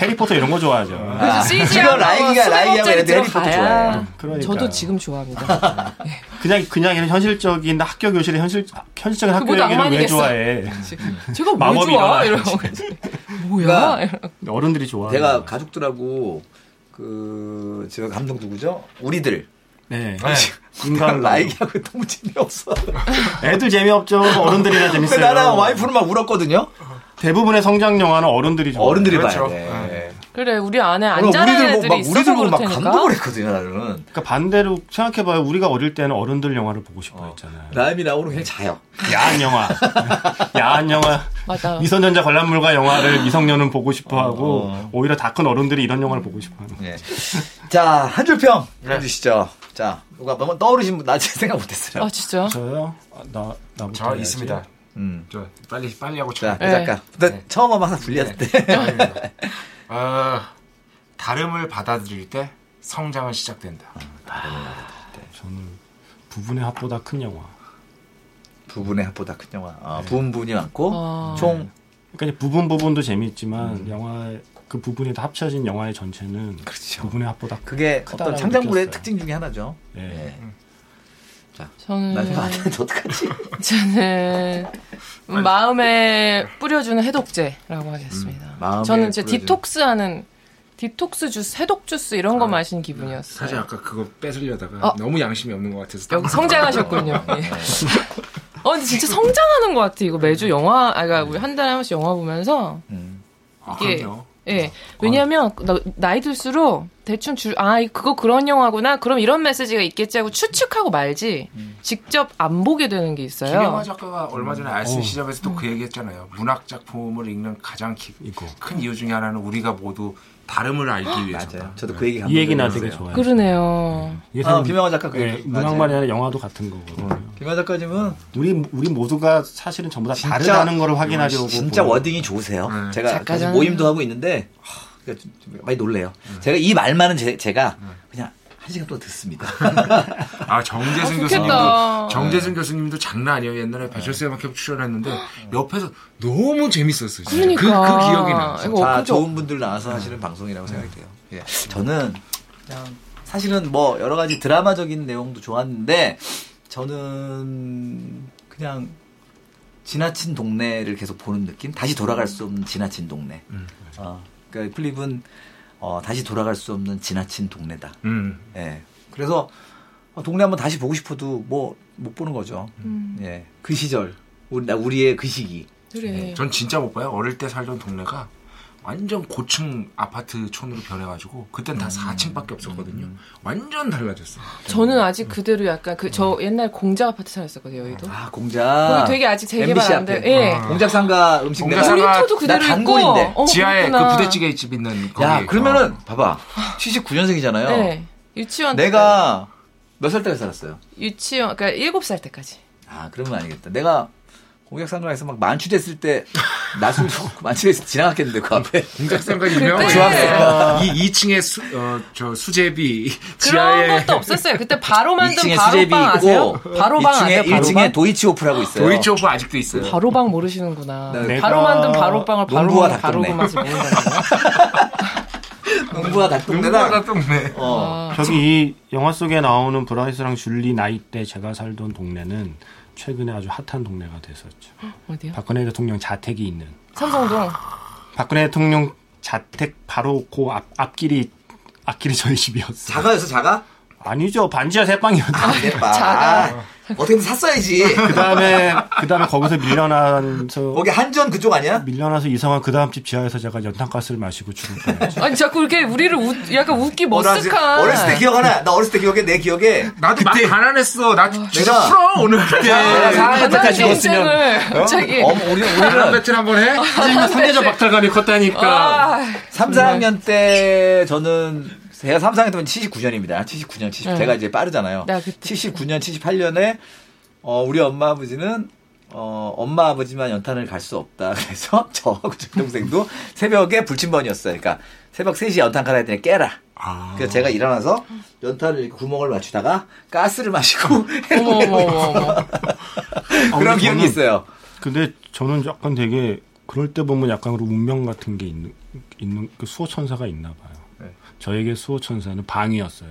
S3: 해리포터 이런 거 좋아하죠.
S4: 그래서 CGI
S2: 그거
S4: 가
S2: 라이기가 라이기가 얘네들 해리포터 좋아해요.
S4: 들어가야.
S3: 그러니까요.
S4: 저도 지금 좋아합니다.
S3: 그냥 그냥 이런 현실적인 학교 교실의 현실 현실적인 학교
S4: 그보다
S3: 얘기를 왜
S4: 악마니겠어.
S3: 좋아해?
S4: 제가 왜
S3: 마법이
S4: 좋아?
S3: 일어나.
S4: 이러고 뭐야?
S2: 그러니까
S4: 이러고.
S3: 어른들이 좋아해.
S2: 제가 가족들하고 그 제가 감독 누구죠? 우리들
S3: 네.
S2: 아,
S5: 네.
S3: 인간
S2: 라이기하고 너무 재미없어.
S3: 애들 재미없죠. 어른들이나
S2: 근데
S3: 재밌어요.
S2: 나랑 와이프는 막 울었거든요.
S3: 대부분의 성장 영화는 어른들이 좋아해.
S2: 어른들이
S5: 그렇죠.
S2: 봐야 돼.
S4: 그래 우리 안에 안
S2: 그럼
S4: 자란
S2: 우리들
S4: 애들이
S2: 보고 막
S4: 있어서
S2: 우리들 보고
S4: 그럴
S2: 막
S4: 테니까.
S2: 감동을 했거든요 나는.
S3: 그러니까 반대로 생각해봐요. 우리가 어릴 때는 어른들 영화를 보고 싶어
S2: 어,
S3: 했잖아요.
S2: 라임이 나오는 그냥 자요.
S3: 야한 영화. 야한 영화.
S4: 맞아.
S3: 미성년자 관람물과 영화를 미성년은 보고 싶어 하고
S2: 어.
S3: 오히려 다 큰 어른들이 이런 영화를 보고 싶어 하는.
S2: 예. 자, 한 줄평
S4: 네.
S2: 해주시죠. 자, 누가 한번 떠오르신 분, 나 지금 생각 못했어요.
S4: 아 진짜?
S3: 저요? 아, 나 나부터
S5: 저
S3: 해야지.
S5: 있습니다.
S2: 음.
S5: 저 빨리 빨리 하고
S2: 자,
S5: 자.
S2: 그 작가. 근데
S5: 네.
S2: 처음 하면 항상
S4: 네.
S2: 불리하던데.
S5: 어, 다름을 받아들일 때 성장은 시작된다.
S3: 저는 부분의 합보다 큰 영화.
S2: 부분의 합보다 큰 영화. 아, 부분 부분이 많고,
S4: 아.
S2: 총.
S3: 그러니까 이제 부분 부분도 재미있지만
S2: 음.
S3: 영화 그 부분이 다 합쳐진 영화의 전체는
S2: 그렇죠.
S3: 부분의 합보다 큰.
S2: 그게
S3: 크다라고
S2: 어떤 창작물의
S3: 느꼈어요.
S2: 특징 중에 하나죠.
S3: 예.
S2: 예.
S4: 음.
S2: 나 지금 안
S4: 저는
S2: 했는데 어떡하지?
S4: 저는 마음에 뿌려주는 해독제라고 하겠습니다.
S2: 음, 마음에
S4: 저는 이제
S2: 뿌려주는- 아,
S4: 디톡스하는 디톡스 주스, 해독 주스 이런 거 마시는 기분이었어요.
S5: 사실 아까 그거 뺏으려다가
S4: 어.
S5: 너무 양심이 없는 것 같아서
S4: 여기 성장하셨군요.
S2: 네.
S4: 예. 어, 근데 진짜 성장하는 것 같아. 이거 매주 영화, 아, 그러니까 우리 한 달에 한 번씩 영화 보면서.
S2: 음.
S5: 아,
S4: 이게-
S5: 그럼요.
S4: 예. 왜냐면, 나, 나이 들수록 대충 줄, 아, 이- 그거 그런 영화구나. 그럼 이런 메시지가 있겠지 하고 추측하고 말지.
S2: 음.
S4: 직접 안 보게 되는 게 있어요.
S5: 김영화 작가가 얼마 전에 알쓸
S3: 어.
S5: 시점에서 또 그 얘기했잖아요. 문학 작품을 읽는 가장 기-
S3: 이거.
S5: 큰 이유 중에 하나는 우리가 모두 다름을 알기
S2: 맞아요.
S5: 위해서다.
S2: 저도 그 얘기
S3: 이 얘기 나
S2: 감동적이었어요.
S3: 되게 좋아해.
S4: 그러네요.
S3: 이게
S2: 아,
S3: 사실
S2: 김영하 작가 그
S3: 예,
S2: 얘기. 어.
S3: 문학말이 아니라 영화도 같은 거거든요.
S2: 김영하 작가님은
S3: 우리 우리 모두가 사실은 전부 다
S2: 진짜-
S3: 다르다는 거를 확인하려고
S2: 아, 진짜
S3: 보는
S2: 워딩이 좋으세요.
S5: 네.
S2: 제가
S4: 작가잖아요. 네.
S2: 사실 모임도 하고 있는데 하, 그러니까 좀- 좀 많이 놀래요. 제가 이 말만은 제, 가 그냥 한 시간 동안 듣습니다.
S5: 아 정재승
S4: 아, 좋겠다.
S5: 교수님도 정재승 교수님도 장난 아니에요. 옛날에 배철수 음악회 출연했는데 옆에서 너무 재밌었어요. 진짜. 그,
S4: 그러니까.
S5: 그 기억이 나.
S4: 이거
S2: 다
S4: 그죠? 음.
S2: 좋은 분들 나와서 하시는 방송이라고 생각이 돼요. 예. 저는 그냥 사실은 뭐 여러 가지 드라마적인 내용도 좋았는데 저는 그냥 지나친 동네를 계속 보는 느낌? 다시 돌아갈 수 없는 지나친 동네.
S4: 음,
S2: 어, 그러니까 플립은 어, 다시 돌아갈 수 없는 지나친 동네다.
S5: 음.
S2: 예. 그래서 어, 동네 한번 다시 보고 싶어도 뭐 못 보는 거죠.
S4: 음.
S2: 예. 그 시절 우리 나 우리의 그 시기.
S4: 그래.
S5: 전 진짜 못 봐요. 어릴 때 살던 동네가 완전 고층 아파트촌으로 변해가지고 그땐 다 4층밖에 없었거든요. 완전 달라졌어요.
S4: 저는 아직 그대로 약간 그 저 옛날 공자 아파트 살았었거든요 여의도.
S2: 아 공작.
S4: 거기 되게 아직 재개발
S2: MBC
S4: 안 돼.
S2: 앞에.
S4: 예.
S5: 아.
S2: 공작상가 음식
S5: 공작상가
S2: 내가
S4: 놀이터도 그대로
S2: 나
S4: 있고.
S2: 단골인데.
S4: 어,
S5: 지하에 그
S4: 그렇구나.
S5: 부대찌개 집 있는 거기. 어,
S2: 야 그러면은 봐봐 79년생이잖아요.
S4: 네. 유치원
S2: 내가 몇 살 때가 살았어요?
S4: 때, 유치원 그러니까 일곱 살 때까지.
S2: 아 그러면 아니겠다. 내가 공작상가에서 막 만취됐을 때 나술 먹고 만취돼서 지나갔겠는데 그 앞에.
S5: 공작상가 유명한
S4: 그때-
S5: 거예요. 이 2층에 수, 어, 저 수제비
S4: 그런
S5: 지하에
S4: 것도 없었어요. 그때 바로 만든
S2: 2층에 수제비
S4: 바로방 아세요?
S2: 있고
S4: 바로방 아세요?
S2: 2층에
S4: 바로방.
S2: 2층에 도이치오프라고 있어요.
S5: 도이치오프 아직도 있어요.
S4: 바로방 모르시는구나.
S2: 네.
S4: 바로 만든 바로빵을 바로
S2: 농부와
S4: 먹- 바로
S2: 닭동네.
S4: 그맛을 모른다는 거.
S2: 농부와
S5: 누구나
S2: 닭동네랑
S5: 동네.
S2: 어.
S4: 아,
S3: 저기 이 영화 속에 나오는 브라이스랑 줄리 나이 때 제가 살던 동네는 최근에 아주 핫한 동네가 됐었죠.
S4: 어디요?
S3: 박근혜 대통령 자택이 있는
S4: 삼성동.
S3: 박근혜 대통령 자택 바로 그 앞, 앞길이 앞길이 저희 집이었어요.
S2: 작아요서 작아?
S3: 아니죠. 반지하 새빵이었다.
S2: 대박.
S4: 자가.
S2: 어떻게든 샀어야지.
S3: 그 다음에, 그 다음에 거기서 밀려나서,
S2: 거기 한전 그쪽 아니야?
S3: 밀려나서 이상한 그 다음 집 지하에서 제가 연탄가스를 마시고 죽을 뻔했죠.
S4: 아니 자꾸 이렇게 우리를 웃- 약간 웃기
S2: 어, 나 지금
S4: 머쓱한
S2: 어렸을 때 기억하나? 나 어렸을 때 기억해. 내 기억에.
S5: 나도 아, 막 가난했어. 아, 나 진짜
S2: 내가-
S5: 풀어 오늘.
S2: 내가
S5: 그때
S2: 사-
S4: 가난한
S2: 다시
S4: 인생을 갑자기 아,
S2: 어머, 뭐 우리,
S5: 가난
S2: 우리는
S5: 배틀 한번 해.
S3: 하지만 3대적 박탈감이 컸다니까.
S4: 아,
S2: 3, 4학년 때 저는 제가 3, 4학년 때면 79년입니다. 79년, 70.
S4: 네.
S2: 제가 이제 빠르잖아요.
S4: 나 그때.
S2: 79년, 78년에 어, 우리 엄마 아버지는 어, 엄마 아버지만 연탄을 갈 수 없다. 그래서 저하고 제 동생도 새벽에 불침번이었어요. 그러니까 새벽 3시에 연탄 갈아야 되니 깨라. 그래서 제가 일어나서 연탄을 이렇게 구멍을 맞추다가 가스를 마시고
S4: 어머 어머 어머, 어머.
S2: 그런
S3: 근데
S2: 기억이
S3: 저는-
S2: 있어요.
S3: 근데 저는 약간 되게, 그럴 때 보면 약간 그런 운명 같은 게 있는, 있는, 그 수호천사가 있나 봐요.
S2: 네.
S3: 저에게 수호천사는 방이었어요.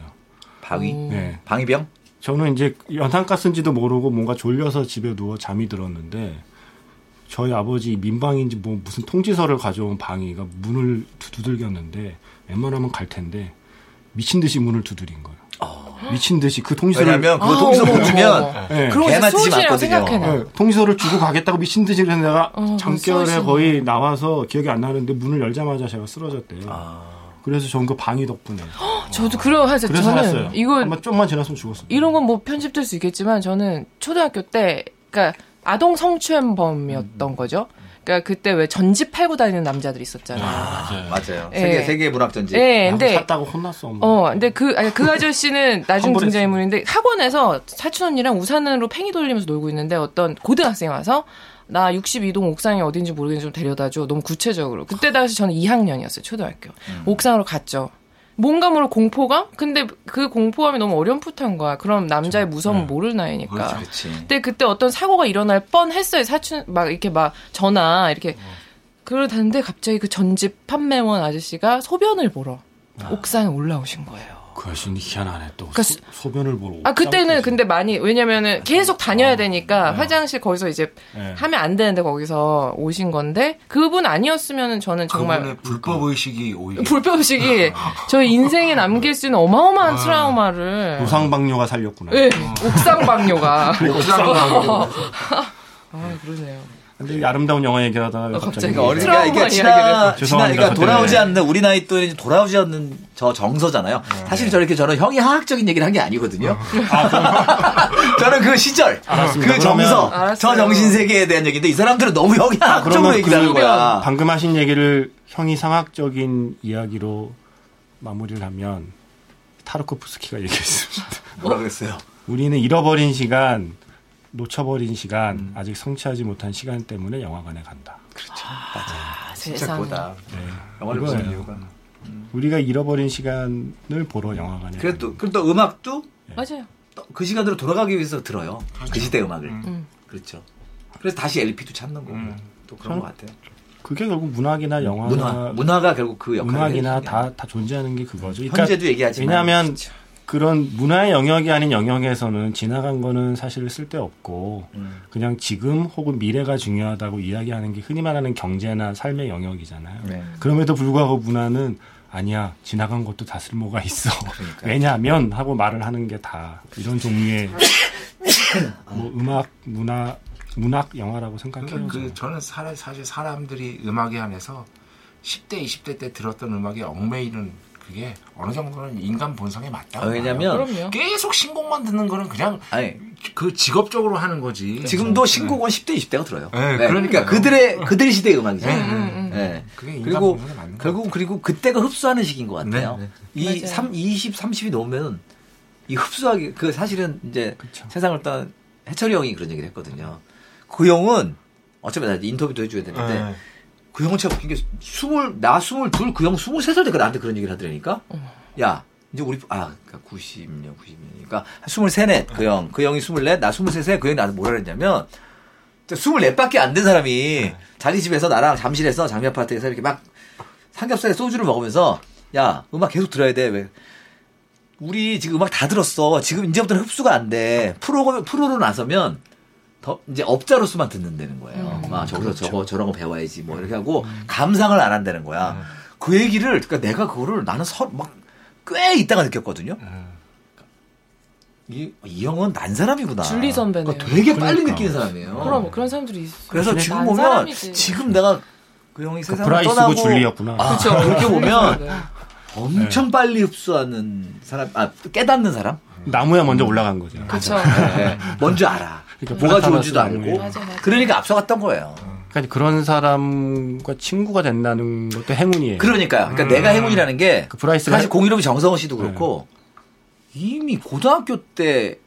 S2: 방위?
S3: 네.
S2: 방위병?
S3: 저는 이제 연탄가스인지도 모르고 뭔가 졸려서 집에 누워 잠이 들었는데 저희 아버지 민방인지 뭐 무슨 통지서를 가져온 방이가 문을 두- 두들겼는데 웬만하면 갈 텐데 미친 듯이 문을 두드린 거예요. 미친 듯이 그 통지서를
S2: 아. 왜냐면 그거
S4: 아,
S2: 통지서 못
S4: 어머,
S2: 주면
S4: 어머.
S3: 예.
S4: 그러고 이제
S2: 개나 짖지
S4: 소진이라고
S2: 않거든요.
S4: 생각해나
S3: 예, 통지서를 주고 가겠다고 미친 듯이 그래서 내가
S4: 네. 어,
S3: 잠결에
S4: 소심해.
S3: 거의 나와서 기억이 안 나는데 문을 열자마자 제가 쓰러졌대요. 그래서 저는 그 방이 덕분에
S4: 저도 그런 하죠
S3: 그래서 살았어요.
S4: 저는 이거
S3: 아마 좀만 지났으면 죽었어요.
S4: 이런 건 뭐 편집될 수 있겠지만 저는 초등학교 때 그러니까 아동
S3: 음,
S4: 성추행범이었던 거죠. 그러니까 그때 왜 전지 팔고 다니는 남자들 있었잖아요.
S2: 맞아요.
S4: 예.
S2: 세계 세계 문학전지.
S4: 예,
S3: 한번
S4: 근데
S3: 네, 샀다고 혼났어. 엄마.
S2: 뭐.
S4: 어, 근데 그, 아니, 그 아저씨는 나중
S3: 환불했어.
S4: 등장인물인데 학원에서 사촌 언니랑 우산으로 팽이 돌리면서 놀고 있는데 어떤 고등학생이 와서 나 62동 옥상이 어딘지 모르겠는데 좀 데려다 줘. 너무 구체적으로. 그때 당시 저는 2학년이었어요. 초등학교.
S2: 음.
S4: 옥상으로 갔죠. 뭔가 모를 공포감? 근데 그 공포감이 너무 어렴풋한 거야. 그럼 남자의 무서움은 모를 나이니까.
S2: 그렇죠. 네.
S5: 아,
S2: 그렇지.
S4: 그때 그때 어떤 사고가 일어날 뻔했어요. 사춘 막 이렇게 막 전화 이렇게 그러다는데 갑자기 그 전집 판매원 아저씨가 소변을 보러 옥상에 올라오신 거예요.
S3: 그 여신이 희한하네 또
S4: 그러니까
S3: 소, 소변을 보러
S4: 아 그때는
S3: 옥상까지.
S4: 근데 많이 왜냐면은 계속 다녀야 되니까 화장실 거기서 이제
S3: 네.
S4: 하면 안 되는데 거기서 오신 건데 그분 아니었으면은 저는 정말
S5: 그분의 불법 의식이 오히려
S4: 불법식이 저 인생에 남길 수 있는 어마어마한 트라우마를
S3: 노상방뇨가 살렸구나.
S4: 예, 옥상 방뇨가
S5: 옥상당하고
S4: 아 그러네요.
S3: 근데 이 아름다운 영화 얘기하다가
S4: 어,
S3: 갑자기,
S4: 갑자기
S2: 그러니까 어린
S4: 트라우마
S2: 나이가 지나,
S4: 이야기를.
S2: 지나,
S3: 죄송합니다,
S2: 그러니까
S3: 저 때문에.
S2: 돌아오지 않는 우리 나이 또는 돌아오지 않는 저 정서잖아요.
S3: 네.
S2: 사실 저렇게 저는 형이 학적인 얘기를 한 게 아니거든요. 저는 그 시절,
S3: 알았습니다.
S2: 그
S3: 그러면-
S2: 정서, 저
S4: 알았어요.
S2: 정신 세계에 대한 얘기인데 이 사람들은 너무 형이 학적으로
S3: 그러면
S2: 얘기를 하는
S3: 그
S2: 거야.
S3: 방금 하신 얘기를 형이 상학적인 이야기로 마무리를 하면 타르코프스키가 얘기했습니다.
S2: 뭐라 그랬어요?
S3: 우리는 잃어버린 시간, 놓쳐버린 시간,
S2: 음.
S3: 아직 성취하지 못한 시간 때문에 영화관에 간다.
S2: 그
S4: 아,
S2: 진짜
S4: 세상에.
S2: 그거다. 영화를
S3: 네. 이거예요.
S2: 보는 이유가.
S3: 우리가 잃어버린 시간을 보러 영화관에
S2: 그래도 그리고 또 음악도
S4: 맞아요.
S2: 또그 시간으로 돌아가기 위해서 들어요. 그 시대 음악을. 그렇죠. 그래서 다시 LP도 찾는 거고
S3: 음.
S2: 또 그런 것 같아요.
S3: 간다. 그게 결국 문학이나 영화나
S2: 아, 문화 문화가 결국 그 역할을
S3: 음악이나
S2: 해주는 게
S3: 다, 다 존재하는 게 그거죠. 그러니까
S2: 현재도 얘기하지만
S3: 왜냐하면 그런 문화의 영역이 아닌 영역에서는 지나간 거는 사실 쓸데없고
S2: 음.
S3: 그냥 지금 혹은 미래가 중요하다고 이야기하는 게 흔히 말하는 경제나 삶의 영역이잖아요.
S2: 네.
S3: 그럼에도 불구하고 문화는 아니야 지나간 것도 다 쓸모가 있어. 왜냐하면 하고 말을 하는 게 다 이런 종류의 뭐 음악, 문화, 문학, 영화라고 생각해요.
S5: 그
S3: 저는.
S5: 저는 사- 사실 사람들이 음악에 한해서 10대 20대 때 들었던 음악에 얽매이는 그게 어느 정도는 인간 본성에 맞다.
S2: 어, 왜냐면
S4: 그럼요.
S5: 계속 신곡만 듣는 거는 그냥
S2: 아니
S5: 그 직업적으로 하는 거지.
S2: 지금도 신곡은 10대 20대가 들어요.
S5: 네,
S2: 그러니까
S5: 그러니까요.
S2: 그들의 그들 시대의 음악이잖아요.
S5: 네, 네,
S2: 네.
S5: 그게 인간
S2: 그리고
S5: 본성에 맞는 거
S2: 결국 그리고 그때가 흡수하는 시기인 것 같아요.
S5: 네,
S2: 이
S4: 맞아요.
S2: 3, 20, 30이 넘으면 이 흡수하기 그 사실은 이제 세상을 떠난 해철이 형이 그런 얘기를 했거든요. 그 형은 어차피 나 인터뷰도 해줘야 되는데
S5: 네.
S2: 그 형은 참 웃긴 게 스물 나 스물 둘그형 스물 세살 때가 나한테 그런 얘기를 하더라니까. 야 이제 우리 아 그러니까 90년 90년이니까 스물 세넷 그형그 형이 스물 넷나 스물 세세 그 형이 나한테 뭐라 그랬냐면 스물 넷밖에 안 된
S3: 네.
S2: 사람이 자기 집에서 나랑 잠실에서 장미 아파트에서 이렇게 막 삼겹살에 소주를 먹으면서 야 음악 계속 들어야 돼 왜? 우리 지금 음악 다 들었어. 지금 이제부터는 흡수가 안 돼. 프로 프로로 나서면 더 이제 업자로서만 듣는다는
S3: 음.
S2: 거예요. 아 저거
S3: 그렇죠.
S2: 저거 저런 거 배워야지 뭐 이렇게 하고 감상을 안 한다는 거야.
S3: 음. 음.
S2: 그 얘기를 그러니까 내가 그거를 나는 막 꽤 있다가 느꼈거든요. 이, 이 형은 난 사람이구나.
S4: 줄리 선배네요.
S2: 그러니까 되게 빨리
S3: 그러니까.
S2: 느끼는 사람이에요.
S4: 그럼 그런 사람들이 있어.
S2: 어. 그래서
S4: 그래,
S2: 지금
S4: 난
S2: 보면
S4: 사람이지.
S2: 지금 내가 그 형이 세상을
S3: 그러니까 브라이스고
S2: 떠나고
S3: 줄리였구나.
S2: 아,
S4: 그쵸.
S2: 그렇게 보면
S4: 네.
S2: 엄청 빨리 흡수하는 사람, 아 깨닫는 사람.
S3: 나무야 먼저 올라간 거죠.
S4: 그쵸.
S2: 네. 뭔지 알아.
S3: 그러니까
S2: 뭐가
S3: 바나나
S2: 좋은지도
S3: 나무에.
S2: 알고.
S4: 맞아, 맞아.
S2: 그러니까 앞서갔던 거예요.
S3: 그러니까 그런 사람과 친구가 된다는 것도 행운이에요.
S2: 그러니까요. 그러니까 내가 행운이라는 게
S3: 네. 음. 그 브라이스가 네.
S2: 사실 공일업이 정성호 씨도 그렇고 이미 고등학교 때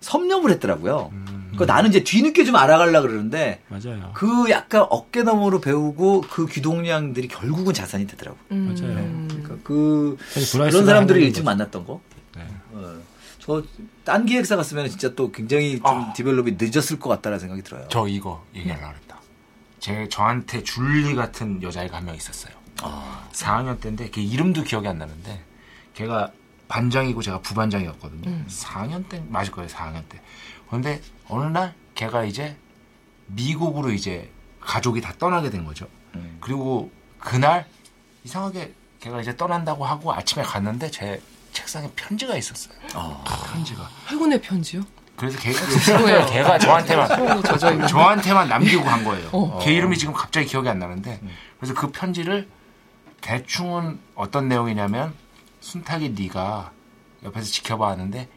S2: 섭렵을 했더라고요.
S3: 음.
S2: 그 나는 이제 뒤늦게 좀 알아가려 그러는데
S3: 맞아요.
S2: 그 약간 어깨너머로 배우고 그 귀동량들이 결국은 자산이 되더라고. 요
S4: 음.
S3: 맞아요.
S2: 그러니까 그
S3: 사실 브라이스가
S2: 그런 사람들을
S3: 하는
S2: 일찍
S3: 거죠.
S2: 만났던 거. 어.
S3: 네.
S2: 저 딴 기획사 갔으면 진짜 또 굉장히 좀
S3: 아.
S2: 디벨롭이 늦었을 것 같다라는 생각이 들어요.
S5: 저 이거 얘기하려고 그랬다. 제 저한테 줄리 같은 여자애가 한 명 있었어요. 4학년 때인데 걔 이름도 기억이 안 나는데 걔가 반장이고 제가 부반장이었거든요. 4학년 때 맞을 거예요. 4학년 때. 그런데 어느 날 걔가 이제 미국으로 이제 가족이 다 떠나게 된 거죠. 그리고 그날 이상하게 걔가 이제 떠난다고 하고 아침에 갔는데 제 책상에 편지가 있었어요. 편지가.
S4: 해군의 편지요?
S5: 그래서 걔, 걔가 저한테만
S4: 소름이 젖어있는. 어.
S5: 저한테만 남기고 간 거예요. 걔 이름이 지금 갑자기 기억이 안 나는데 그래서 그 편지를 대충은 어떤 내용이냐면 순탁이 네가 옆에서 지켜봐 하는데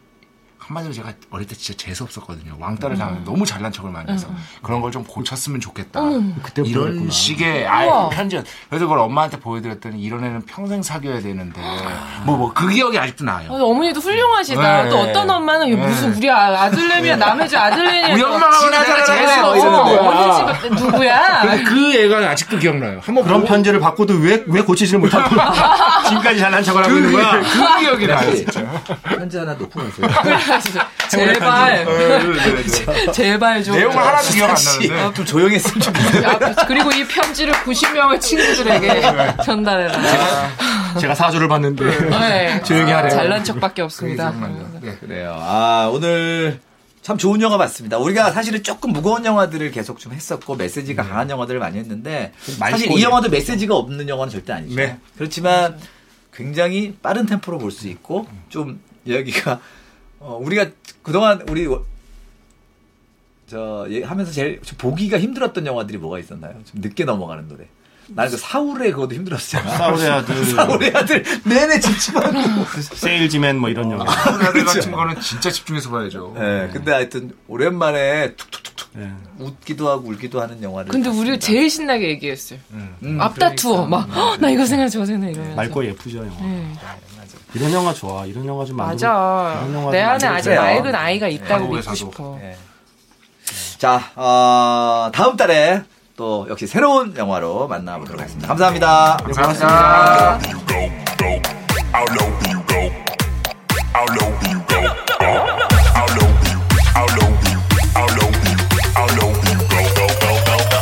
S5: 한마디로 제가 어릴 때 진짜 재수 없었거든요. 왕따를
S3: 음.
S5: 당하면 너무 잘난 척을 많이
S4: 음.
S5: 해서 그런 걸 좀 고쳤으면 좋겠다.
S3: 그때부터
S5: 이런
S3: 그랬구나.
S5: 식의 아예
S4: 우와.
S5: 편지. 그래서 그걸 엄마한테 보여드렸더니 이런 애는 평생 사귀어야 되는데 뭐 뭐 그 기억이 아직도
S4: 아,
S5: 나요.
S4: 어머니도 훌륭하시다.
S5: 네.
S4: 또 어떤 엄마는 이게
S5: 네.
S4: 무슨 우리 아- 아들내미야 남의 집 아들내미야.
S5: 우리 엄마가
S4: 지
S5: 그러나
S4: 나라
S5: 잘해.
S4: 잘해.
S5: 어디서
S4: 어,
S5: 누구야.
S4: 어느 집에 누구야?
S5: 그 애가 아직도 기억나요. 한번
S3: 그런
S5: 보고
S3: 편지를 받고도 왜, 왜 고치지를 못하고 지금까지 잘난 척을 하고 있는 거야?
S5: 그 기억이 나요.
S2: 네. 편지 하나 놓고 가세요.
S4: 제발
S5: 네.
S4: 제발 좀.
S5: 내용을 하나도 기억 안
S2: 혹시
S5: 나는데.
S2: 아, 좀 조용했으면 좋겠어요.
S4: 야, 그리고 이 편지를 90명의 친구들에게 전달해라.
S3: 제가 사주를 봤는데
S4: 네.
S3: 조용히 하래요.
S4: 잘난 척밖에 없습니다.
S2: 그래요. 아, 오늘 참 좋은 영화 봤습니다. 우리가 사실은 조금 무거운 영화들을 계속 좀 했었고 메시지가 강한 영화들을 많이 했는데 사실 이
S5: 맑고
S2: 영화도 메시지가 없는 영화는 절대 아니죠.
S5: 네.
S2: 그렇지만 굉장히 빠른 템포로 볼 수 있고 좀 이야기가 어, 우리가 그동안 우리 워- 저 예, 하면서 제일 좀 보기가 힘들었던 영화들이 뭐가 있었나요? 좀 늦게 넘어가는 노래. 나는 그 사울의 그것도 힘들었잖아.
S3: 사울의 아들.
S2: 사울의 아들 내내 지치만
S3: 세일즈맨 뭐 이런 영화
S5: 들 같은 거는 진짜 집중해서 봐야죠.
S2: 예, 근데 하여튼 오랜만에 툭툭툭툭
S3: 예.
S2: 웃기도 하고 울기도 하는 영화를.
S4: 근데 우리가
S2: 봤습니다.
S4: 제일 신나게 얘기했어요.
S2: 음,
S4: 앞다투어 막 나 이거 생각 저거 생각 이러면서.
S3: 맑고 예쁘죠 영화
S4: 네.
S3: 이런 영화 좋아 이런 영화 좀 만들고
S4: 맞아.
S3: 이런 영화
S4: 내
S3: 좀
S4: 안에
S3: 만들고
S4: 아직
S2: 그래요.
S4: 맑은 아이가 있다고
S5: 한국에
S4: 믿고
S5: 사도.
S4: 싶어.
S2: 예. 자, 어, 다음 달에 또 역시 새로운 영화로 만나보도록 하겠습니다. 감사합니다.
S5: 감사합니다.
S1: You go, go. How low do you go? How low do you go? Go. How low do you? How low do you? How low do you? How low do you go? Go, go, go.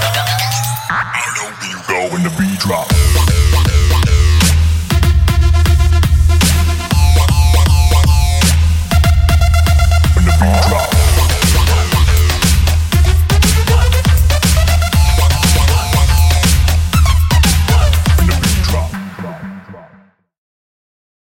S1: How low do you go when the beat drops?